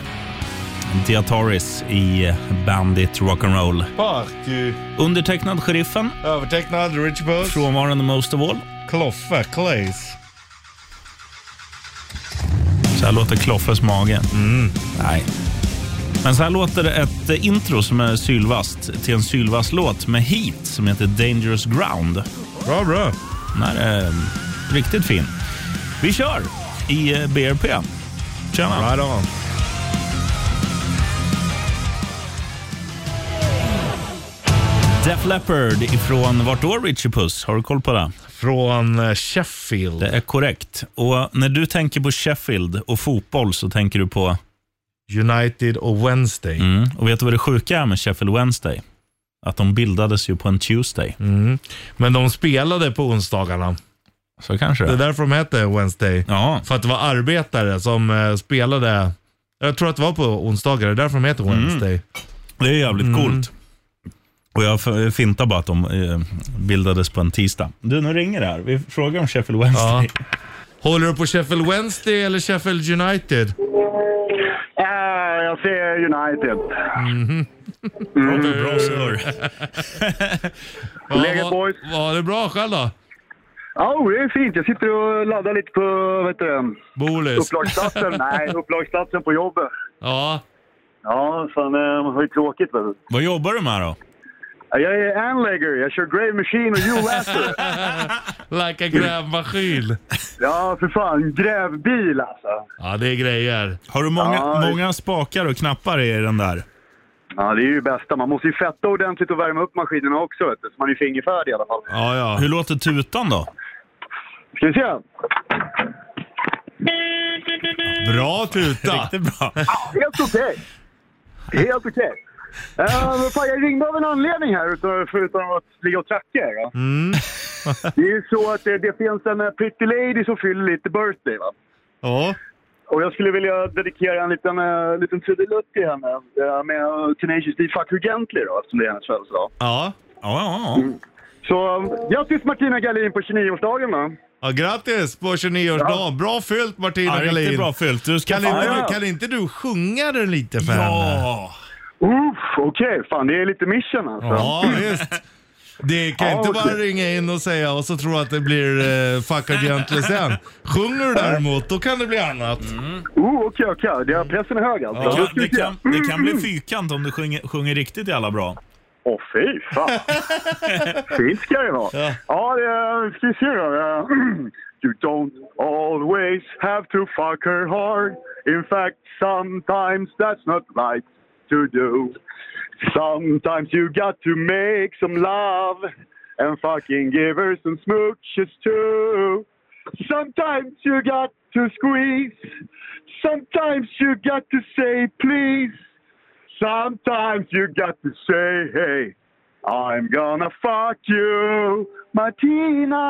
Speaker 2: Diataris i Bandit Rock'n'Roll.
Speaker 3: Party.
Speaker 2: Undertecknad Sheriffen,
Speaker 3: eh, Övertecknad Rich Buss.
Speaker 2: frånvarande Most of All.
Speaker 3: Kloffe Clays.
Speaker 2: Så här låter Kloffes mage. Nej. Men så här låter ett eh, intro som är sylvast till en sylvast-låt med Heat som heter Dangerous Ground.
Speaker 3: Bra, bra.
Speaker 2: Den här är eh, riktigt fin. Vi kör i eh, BRP. Tjena!
Speaker 3: Right on.
Speaker 2: Def Leppard ifrån vart då, Richie Puss? Har du koll på det?
Speaker 3: Från eh, Sheffield.
Speaker 2: Det är korrekt. Och när du tänker på Sheffield och fotboll så tänker du på...
Speaker 3: United och Wednesday.
Speaker 2: Mm. Och vet du vad det sjuka är med Sheffield Wednesday? Att de bildades ju på en Tuesday.
Speaker 3: Mm. Men de spelade på onsdagarna.
Speaker 2: Så kanske det
Speaker 3: Det är
Speaker 2: är.
Speaker 3: därför de hette Wednesday.
Speaker 2: Ja.
Speaker 3: För att det var arbetare som eh, spelade. Jag tror att det var på onsdagar. Det är därför de heter
Speaker 7: Mm.
Speaker 3: Wednesday.
Speaker 2: Det är jävligt coolt. Och jag f- fintar bara att de eh, bildades på en tisdag. Du, nu ringer det här. Vi frågar om Sheffield Wednesday.
Speaker 3: Håller du på Sheffield Wednesday eller Sheffield United?
Speaker 7: Äh, jag ser United.
Speaker 2: Robert, Bra surr.
Speaker 7: Läget boys?
Speaker 3: Var det bra själv då?
Speaker 7: Ja, oh, det är fint. Jag sitter och laddar lite på vet du,
Speaker 3: Bolis?
Speaker 7: upplagsplatsen. Nej, upplagsplatsen på jobbet.
Speaker 3: Ja.
Speaker 7: Ja, fan, eh, det var ju tråkigt. Vet du.
Speaker 2: Vad jobbar du med då?
Speaker 7: Ja, Jag är anlegger. Jag kör grave machine och hjullastare.
Speaker 3: Like a grävmaskin.
Speaker 7: Ja, för fan. Grävbil alltså.
Speaker 3: Ja, det är grejer.
Speaker 2: Har du många,
Speaker 7: Ja, det-
Speaker 2: många spakar och knappar i den där?
Speaker 7: Ja, det är ju det bästa. Man måste ju fetta ordentligt och värma upp maskinerna också, vet du. Så man är fingerfärdig i alla fall.
Speaker 3: Ja, ja.
Speaker 2: Hur låter tutan då?
Speaker 7: Ska vi se?
Speaker 3: Bra tuta.
Speaker 2: Riktigt bra.
Speaker 7: Helt okej. Helt okej. Eh, men fan, jag ringde av en anledning här, utan- förutom att ligga och tracka er. va?
Speaker 3: Mm.
Speaker 7: Det är ju så att det, det finns en eh, pretty lady som fyller lite birthday. Va?
Speaker 3: Ja.
Speaker 7: Och jag skulle vilja dedikera en liten, eh, liten trudelutt till henne eh, med eh, Tenacious D Fuck You Gently då, eftersom det är hennes födelsedag.
Speaker 3: Ja.
Speaker 2: Ja, ja, ja.
Speaker 7: Så eh, grattis Martina Gahlin på 29-årsdagen va?
Speaker 3: Ja, grattis på 29-årsdagen. Bra fyllt Martina
Speaker 2: ja riktigt
Speaker 3: Gahlin.
Speaker 2: bra fyllt. Du ska
Speaker 3: Kan inte,
Speaker 2: fan...
Speaker 3: du, kan inte du sjunga den lite för henne?
Speaker 2: Ja!
Speaker 7: Uff, okej. Fan, det är lite mission alltså.
Speaker 3: Ja, visst. Det kan
Speaker 7: Ja,
Speaker 3: inte
Speaker 7: okej.
Speaker 3: bara ringa in och säga och så tro att det blir eh, fuck or gently sen. Sjunger du däremot, då kan det bli annat.
Speaker 7: Oh, okej, okej. Det är pressen är hög alltså.
Speaker 2: Det kan,
Speaker 7: Då ska
Speaker 2: det,
Speaker 7: vi se.
Speaker 2: kan, det kan bli fyrkant om du sjunger, sjunger riktigt jävla bra.
Speaker 7: Åh oh, fy fan. Fint ska det vara. Ja, det ska vi se då. Eh, You don't always have to fuck her hard. In fact, sometimes that's not right to do. Sometimes you got to make some love and fucking give her some smooches too. Sometimes you got to squeeze. Sometimes you got to say please. Sometimes you got to say, hey, I'm gonna fuck you, Martina.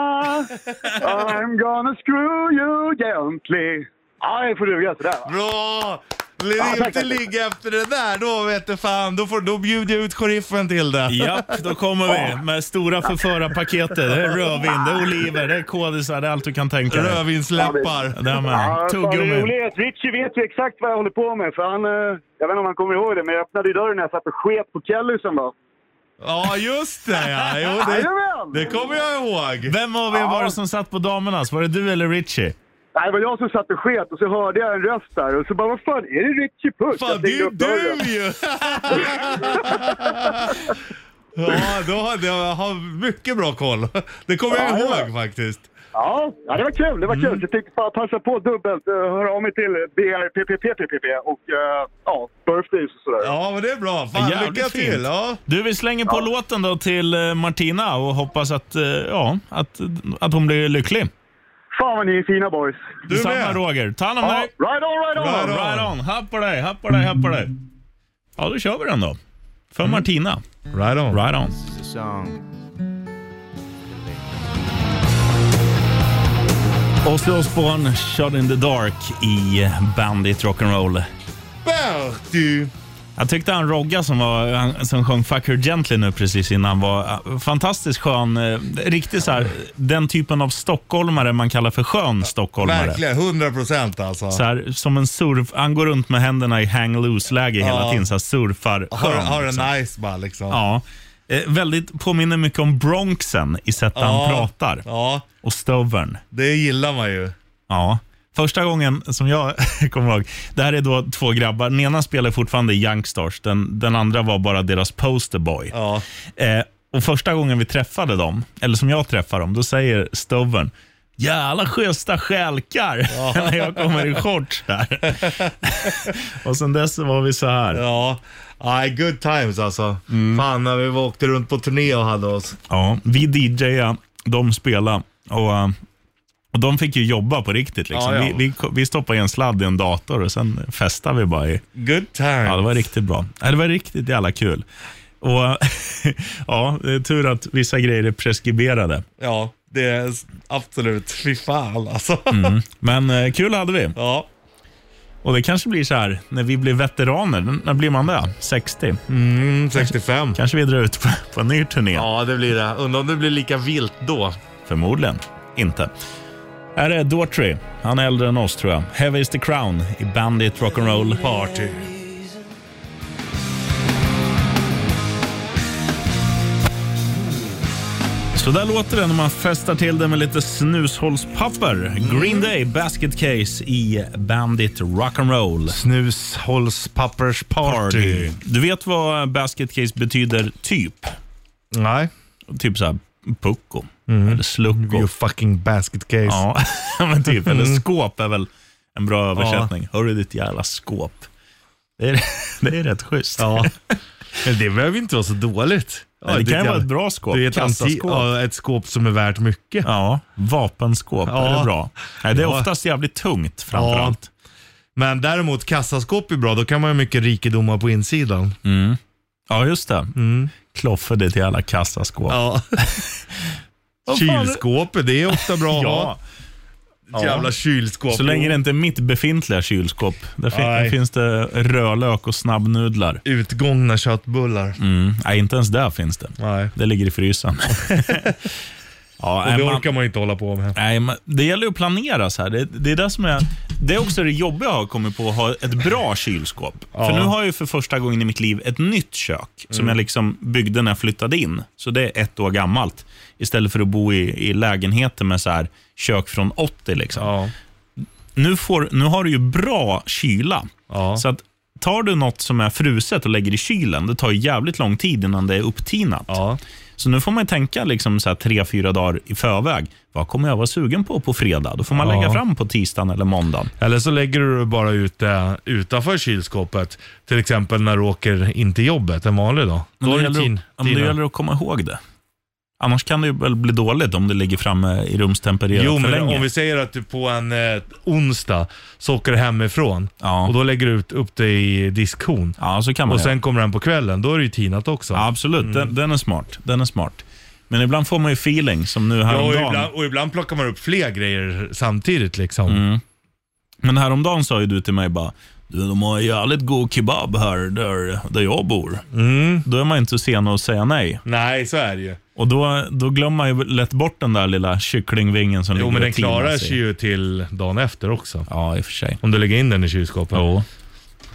Speaker 7: I'm gonna screw you gently. Ja, det får duga sådär.
Speaker 3: Bra! Vill
Speaker 7: Ja, tack,
Speaker 3: inte
Speaker 7: tack.
Speaker 3: ligga efter det där, då vet du fan. Då, får, då bjuder jag ut sheriffen till det.
Speaker 2: Japp, då kommer vi med stora förförarpaketet. Det är rödvin, det är oliver, det är kodisar, det är allt du kan tänka dig.
Speaker 3: Rödvinsläppar.
Speaker 2: Det är med. Tuggummi.
Speaker 7: Tuggummi. Richie vet ju exakt vad jag håller på med. För han, eh, jag vet inte om han kommer ihåg det, men jag öppnade ju dörren när jag satt och sket på Kellisen. va?
Speaker 3: Ja, just det ja. Jo, det,
Speaker 7: Jajamän!
Speaker 3: det kommer jag ihåg.
Speaker 2: Vem av er var det som satt på damernas? Var det du eller Richie?
Speaker 7: Nej, det var jag som satt och sket och så hörde jag en röst där och så bara, vad fan är det Richie Puss?
Speaker 3: Fan,
Speaker 7: Jag
Speaker 3: det är ju
Speaker 7: stängde upp dörren.
Speaker 3: du ju! ja, då har jag har mycket bra koll. Det kommer jag
Speaker 7: Ja, ja.
Speaker 3: ihåg faktiskt.
Speaker 7: Ja, ja, det var kul. Det var
Speaker 3: Mm.
Speaker 7: kul. Så jag tänkte bara passa på dubbelt. eh, Höra av mig till BRPPPPPP och eh, ja, birthdays och sådär.
Speaker 3: Ja, men det är bra. Fan,
Speaker 2: Jävligt
Speaker 3: lycka till.
Speaker 2: fint.
Speaker 3: Ja.
Speaker 2: Du, vi slänger på låten då till eh, Martina och hoppas att, eh, ja, att, att hon blir lycklig.
Speaker 7: Fan vad ni är fina boys.
Speaker 2: Du Detsamma Roger. Ta hand om
Speaker 7: Ja,
Speaker 2: dig.
Speaker 7: right on, right on!
Speaker 2: Right on. Right on. Happ på dig, happ på dig, happ på dig. Ja, då kör vi den då. För Martina.
Speaker 3: Right on.
Speaker 2: Right on. Ozzy Osbourne, Shot in the Dark i Bandit Rock'n'Roll.
Speaker 3: Bertie!
Speaker 2: Jag tyckte han Rogga som, var, han, som sjöng Fuck Her Gently nu precis innan var eh, fantastiskt skön. eh, Riktigt så här, den typen av stockholmare man kallar för skön stockholmare.
Speaker 3: Verkligen, 100 procent alltså.
Speaker 2: Så här, som en surf, han går runt med händerna i hang loose-läge hela
Speaker 3: Ja.
Speaker 2: tiden. Så här, surfar.
Speaker 3: Har,
Speaker 2: skön,
Speaker 3: har
Speaker 2: liksom.
Speaker 3: en nice bara liksom.
Speaker 2: Ja. Eh, väldigt, påminner mycket om Bronxen i sättet
Speaker 3: Ja,
Speaker 2: han pratar.
Speaker 3: Ja,
Speaker 2: Och stöveln.
Speaker 3: det gillar man ju.
Speaker 2: Ja. Första gången som jag kommer ihåg, det här är då två grabbar. Den ena spelar fortfarande i Youngstars, den, den andra var bara deras posterboy. Eh, och första gången vi träffade dem, eller som jag träffade dem, då säger Stoven Jävla schyssta stjälkar när jag kommer i shorts där. och sen dess så var vi så här.
Speaker 3: Ja, Aj, good times alltså. Fan när vi åkte runt på turné och hade oss.
Speaker 2: Ja, vi DJade, de spelade och, eh, och de fick ju jobba på riktigt. Liksom.
Speaker 3: Ja, ja.
Speaker 2: Vi, vi, vi stoppade i en sladd i en dator och sen festade vi bara. I.
Speaker 3: Good times.
Speaker 2: Ja, det var riktigt bra. Ja, Det var riktigt jävla kul. Och ja, det är tur att vissa grejer är preskriberade.
Speaker 3: Ja, det är s- absolut. Fy fan alltså.
Speaker 2: Mm. Men eh, kul hade vi.
Speaker 3: Ja.
Speaker 2: Och det kanske blir så här, när vi blir veteraner, n- när blir man det? 60?
Speaker 3: Mm, 65.
Speaker 2: Kanske vi drar ut på, på en ny turné?
Speaker 3: Ja, det blir det. Undrar om det blir lika vilt då.
Speaker 2: Förmodligen inte. Här är Daughtry. Han är äldre än oss tror jag. Heavy is the crown i Bandit Rock'n'Roll Party. Så där låter det när man festar till det med lite snushållspapper. Green Day Basket Case i Bandit Rock'n'Roll
Speaker 3: Snushållspappersparty.
Speaker 2: Party. Du vet vad Basket Case betyder typ?
Speaker 3: Nej.
Speaker 2: Typ så här pucko
Speaker 3: Mm.
Speaker 2: eller slucko.
Speaker 3: You fucking basket case.
Speaker 2: Ja, men typ. Eller
Speaker 3: Mm.
Speaker 2: skåp är väl en bra översättning. Hörru ditt jävla skåp. Det är, det är rätt schysst.
Speaker 3: Ja. Men det behöver inte vara så dåligt.
Speaker 2: Nej, det kan ju
Speaker 3: är jävla-
Speaker 2: vara ett bra skåp.
Speaker 3: Det är ett, anti-
Speaker 2: Kassaskåp.
Speaker 3: ja, ett skåp som är värt mycket.
Speaker 2: Ja, vapenskåp. Är
Speaker 3: Ja.
Speaker 2: det bra? Nej, det är
Speaker 3: Ja.
Speaker 2: oftast jävligt tungt framförallt.
Speaker 3: Men däremot kassaskåp är bra, då kan man ju mycket rikedomar på insidan.
Speaker 2: Mm. Ja, just det. Kloffe ditt jävla kassaskåp.
Speaker 3: Mm. Ja. Kylskåpet, det är ofta bra att
Speaker 2: Ja.
Speaker 3: ha. Ett Jävla kylskåp.
Speaker 2: Så länge det inte är mitt befintliga kylskåp. Där fin-
Speaker 3: Nej.
Speaker 2: där finns det rödlök och snabbnudlar.
Speaker 3: Utgångna köttbullar.
Speaker 2: Mm. Nej, inte ens där finns det.
Speaker 3: Nej.
Speaker 2: Det ligger i frysen. Ja,
Speaker 3: och det
Speaker 2: nej, man-
Speaker 3: orkar man ju inte hålla på med.
Speaker 2: Nej, men det gäller ju att planera så här. Det, det, är det, som är, det är också det jobbiga jag har kommit på, att ha ett bra kylskåp.
Speaker 3: Ja.
Speaker 2: För nu har jag ju för första gången i mitt liv ett nytt kök som
Speaker 3: Mm.
Speaker 2: jag liksom byggde när jag flyttade in. Så det är ett år gammalt. Istället för att bo i, i lägenheter med så här, kök från 80. Liksom. Nu, får, nu har du ju bra kyla. Så att tar du något som är fruset och lägger i kylen, det tar ju jävligt lång tid innan det är upptinat. Så nu får man ju tänka liksom så här tre, fyra dagar i förväg. Vad kommer jag vara sugen på på fredag? Då får man
Speaker 3: Ja.
Speaker 2: lägga fram på tisdagen eller måndagen.
Speaker 3: Eller så lägger du det bara ut det utanför kylskåpet. Till exempel när du åker in till jobbet en vanlig dag.
Speaker 2: Men
Speaker 3: Då
Speaker 2: det,
Speaker 3: är
Speaker 2: gäller,
Speaker 3: tin-
Speaker 2: att- ja, men det
Speaker 3: tina.
Speaker 2: gäller att komma ihåg det. Annars kan det ju väl bli dåligt om det ligger framme i rumstempererat
Speaker 3: Jo,
Speaker 2: för
Speaker 3: men
Speaker 2: länge.
Speaker 3: om vi säger att du på en eh, onsdag så åker du hemifrån och då lägger du ut, upp det i diskhon.
Speaker 2: Ja, så kan man
Speaker 3: och
Speaker 2: göra.
Speaker 3: sen Mm. kommer den på kvällen, då är det ju tinat också.
Speaker 2: Ja, absolut, den, den är smart. Den är smart. Men ibland får man ju feeling, som nu
Speaker 3: Ja, och,
Speaker 2: häromdagen.
Speaker 3: ibland, och ibland plockar man upp fler grejer samtidigt liksom.
Speaker 2: Mm. Men häromdagen sa ju du till mig bara, du, de har jävligt god kebab här där, där jag bor.
Speaker 3: Mm.
Speaker 2: Då är man ju inte sen att säga nej.
Speaker 3: Nej, så är det ju.
Speaker 2: Och då, då glömmer man ju lätt bort den där lilla kycklingvingen som
Speaker 3: Jo,
Speaker 2: ligger
Speaker 3: men
Speaker 2: och
Speaker 3: den klarar
Speaker 2: tinar
Speaker 3: sig ju till dagen efter också.
Speaker 2: Ja, i och för sig.
Speaker 3: Om du lägger in den i kylskåpet. Jo.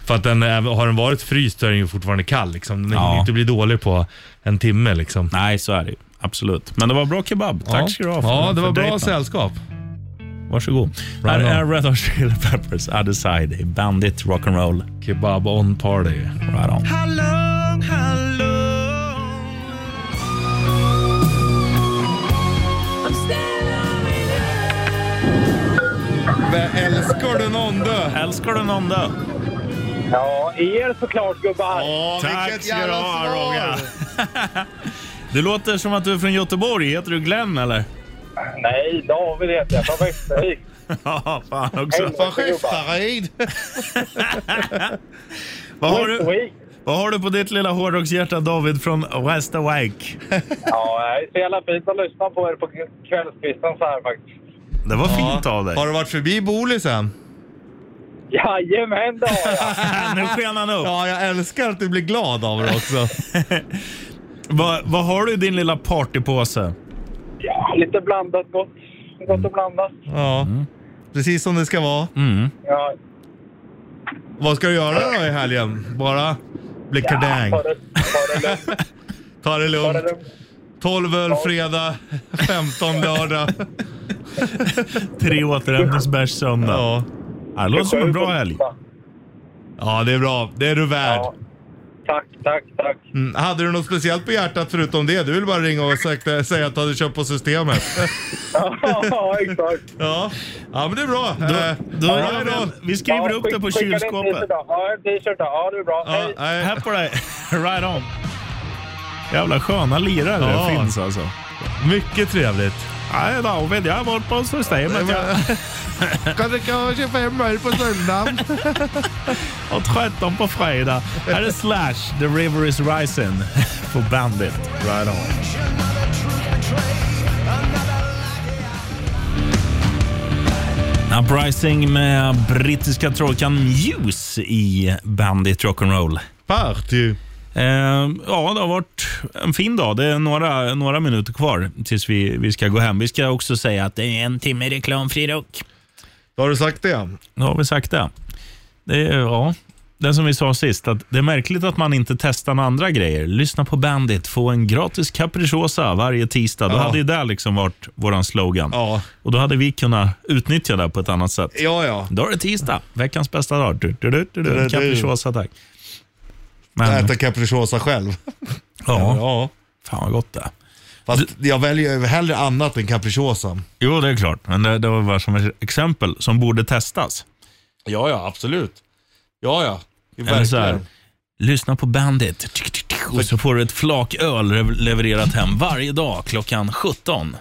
Speaker 3: För att den, är- har den varit fryst så är den ju fortfarande kall liksom. Den
Speaker 2: Ja.
Speaker 3: hinner inte bli dålig på en timme liksom.
Speaker 2: Nej, så är det ju. Absolut. Men det var bra kebab. Tack ska du ha. för-
Speaker 3: Ja, det var
Speaker 2: för
Speaker 3: bra
Speaker 2: dejten.
Speaker 3: sällskap.
Speaker 2: Varsågod. Här
Speaker 3: Right
Speaker 2: är Red Hot Chili Peppers, Other Side, i Bandit Rock'n'Roll.
Speaker 3: Kebab on party.
Speaker 2: Right on.
Speaker 3: Älskar du någon dö?
Speaker 2: Älskar du någon dö?
Speaker 17: Ja, er såklart gubbar.
Speaker 3: Ja,
Speaker 2: Tack ska du ha, Roger. Du låter som att du är från Göteborg. Heter du Glenn, eller?
Speaker 17: Nej, David heter jag. Från Västervik.
Speaker 2: Ja, fan också.
Speaker 17: Helvete, Fan, gubbar. Skiftaryd.
Speaker 2: vad, har du, vad har du på ditt lilla hårdrockshjärta, David, från Västervik?
Speaker 17: Ja, det är så jävla fint att lyssna på er på kvällskvisten så här faktiskt.
Speaker 2: Det var fint av dig.
Speaker 3: Har du varit förbi Bolisen?
Speaker 17: Jajamän, det har
Speaker 2: jag. nu sken han upp.
Speaker 3: Ja, jag älskar att du blir glad av det också.
Speaker 2: Vad vad har du i din lilla partypåse?
Speaker 17: Ja, lite blandat gott. Gott och blandat.
Speaker 3: Ja, Mm. precis som det ska vara.
Speaker 17: Ja,
Speaker 3: Vad ska du göra då i helgen? Bara bli kardäng?
Speaker 17: ta det, ta det lugnt.
Speaker 3: Ta det
Speaker 17: Ta det
Speaker 3: lugnt.
Speaker 17: lugnt.
Speaker 3: 12 öl fredag, 15 lördag.
Speaker 2: Tre återhämtningsbärs söndag. Ja. Det låter som en bra helg.
Speaker 3: Ja, det är bra. Det är du värd.
Speaker 17: Tack, tack, tack.
Speaker 3: Mm. Hade du något speciellt på hjärtat förutom det? Du vill bara ringa och säkta- säga att du hade köpt på systemet.
Speaker 17: ja, exakt.
Speaker 3: Ja. ja, men det är bra.
Speaker 2: Då-
Speaker 3: Eh,
Speaker 2: då
Speaker 3: ja,
Speaker 2: gör
Speaker 3: det är
Speaker 2: vi
Speaker 3: bra.
Speaker 2: en- vi skriver upp det på
Speaker 17: skicka din
Speaker 2: kylskåpet.
Speaker 17: t-shirt då. Ja, en t-shirt då. Ja, det är bra. Hej.
Speaker 2: Här på dig. Right on. Jävla sköna lirare det
Speaker 3: Ja.
Speaker 2: finns alltså.
Speaker 3: Mycket trevligt.
Speaker 2: Nej, David, jag har varit på Systemet. Jag
Speaker 3: Kan du ha 25 öl på söndagen?
Speaker 2: har 13 på fredag. Här är Slash, The River Is Rising på Bandit. Right on. Uprising med brittiska trojkan Muse i Bandit Rock'n'Roll.
Speaker 3: Party!
Speaker 2: Eh, ja, det har varit en fin dag. Det är några, några minuter kvar tills vi, vi ska gå hem. Vi ska också säga att det är en timme reklamfri rock.
Speaker 3: Då har du sagt det.
Speaker 2: Då har vi sagt det. det är, ja, det som vi sa sist, att det är märkligt att man inte testar med andra grejer. Lyssna på Bandit, få en gratis capricciosa varje tisdag. Då
Speaker 3: Ja.
Speaker 2: hade ju det liksom varit vår slogan.
Speaker 3: Ja.
Speaker 2: Och då hade vi kunnat utnyttja det på ett annat sätt.
Speaker 3: Ja, ja.
Speaker 2: Då är det tisdag, veckans bästa dag. Du, du, du, du,
Speaker 3: Du, du,
Speaker 2: du.
Speaker 3: du.
Speaker 2: Capricciosa, tack. Men,
Speaker 3: Äta capricciosa själv.
Speaker 2: ja,
Speaker 3: ja.
Speaker 2: fan vad gott det är.
Speaker 3: Fast jag väljer ju hellre annat än capricciosa.
Speaker 2: Jo, det är klart. Men det, det var bara som ett exempel som borde testas.
Speaker 3: Ja, ja, absolut. Ja, ja.
Speaker 2: Eller så här, lyssna på Bandit tick, tick, tick, och så får du ett flak öl lev- levererat hem varje dag klockan 17.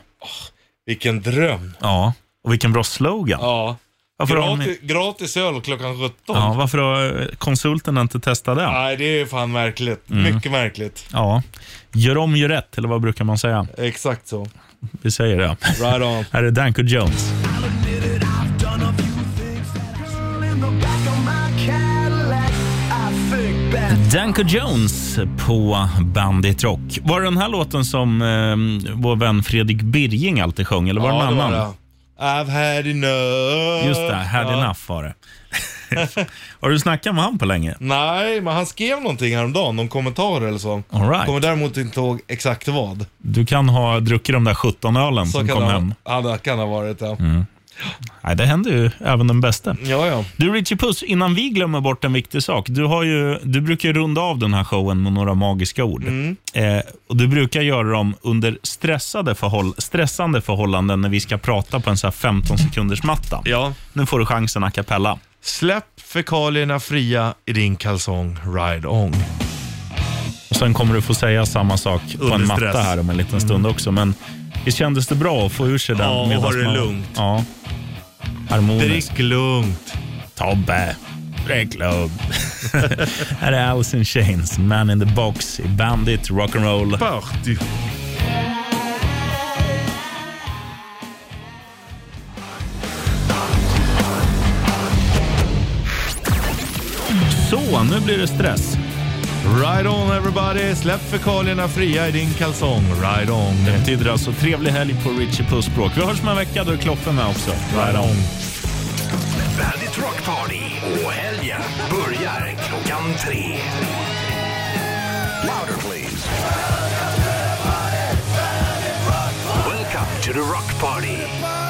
Speaker 3: Vilken dröm.
Speaker 2: Ja, och vilken bra slogan.
Speaker 3: Ja.
Speaker 2: Varför har
Speaker 3: Gratis, gratis öl klockan 17.
Speaker 2: Ja, varför har eh, konsulten inte testat det?
Speaker 3: Nej, det är fan märkligt.
Speaker 2: Mm.
Speaker 3: Mycket märkligt.
Speaker 2: Ja. Gör om, gör rätt, eller vad brukar man säga?
Speaker 3: Exakt så.
Speaker 2: Vi säger det.
Speaker 3: Right on.
Speaker 2: Här är Danko Jones.
Speaker 15: In the back of my Cadillac, I think back
Speaker 2: Danko Jones på Bandit Rock. Var det den här låten som eh, vår vän Fredrik Birging alltid sjöng, eller var det en annan?
Speaker 3: I've had enough.
Speaker 2: Just det, Had
Speaker 3: Ja.
Speaker 2: Enough var det. Har du snackat med han på länge?
Speaker 3: Nej, men han skrev någonting häromdagen, någon kommentar eller så.
Speaker 2: All right.
Speaker 3: Kommer däremot inte ihåg exakt vad.
Speaker 2: Du kan ha druckit de där 17 ölen
Speaker 3: Så
Speaker 2: som
Speaker 3: kan
Speaker 2: kom
Speaker 3: det ha-
Speaker 2: hem.
Speaker 3: Ja, det kan ha varit ja.
Speaker 2: Mm. Nej, det händer ju även den bästa.
Speaker 3: Ja, ja.
Speaker 2: Du Richie Puss, innan vi glömmer bort en viktig sak. Du, har ju, du brukar ju runda av den här showen med några magiska ord.
Speaker 3: Mm.
Speaker 2: Eh, och Du brukar göra dem under stressade förhåll, stressande förhållanden när vi ska prata på en så här 15 sekunders matta.
Speaker 3: Ja.
Speaker 2: Nu får du chansen a cappella.
Speaker 3: Släpp fekalierna fria i din kalsong Ride On.
Speaker 2: Och Sen kommer du få säga samma sak på en
Speaker 3: Under
Speaker 2: matta
Speaker 3: stress. Mm.
Speaker 2: här om en liten stund också. Men visst kändes det bra att få ur sig den?
Speaker 3: Ja, och
Speaker 2: medans
Speaker 3: ha det
Speaker 2: man-
Speaker 3: lugnt.
Speaker 2: Ja. Harmoniskt.
Speaker 3: Drick lugnt.
Speaker 2: Tobbe, drick lugnt. här är Alice in Chains, Man in the Box i Bandit Rock'n'Roll.
Speaker 3: Party.
Speaker 2: Så, nu blir det stress.
Speaker 3: Ride on everybody, släpp fekalierna fria i din kalsong. Ride on.
Speaker 2: Det betyder alltså trevlig helg på Richie Puss språk. Vi hörs om en vecka, då är Kloffen med också. Right on.
Speaker 1: Bandit Rock Party och helgen börjar klockan tre. Louder please. Welcome to the Rock Party.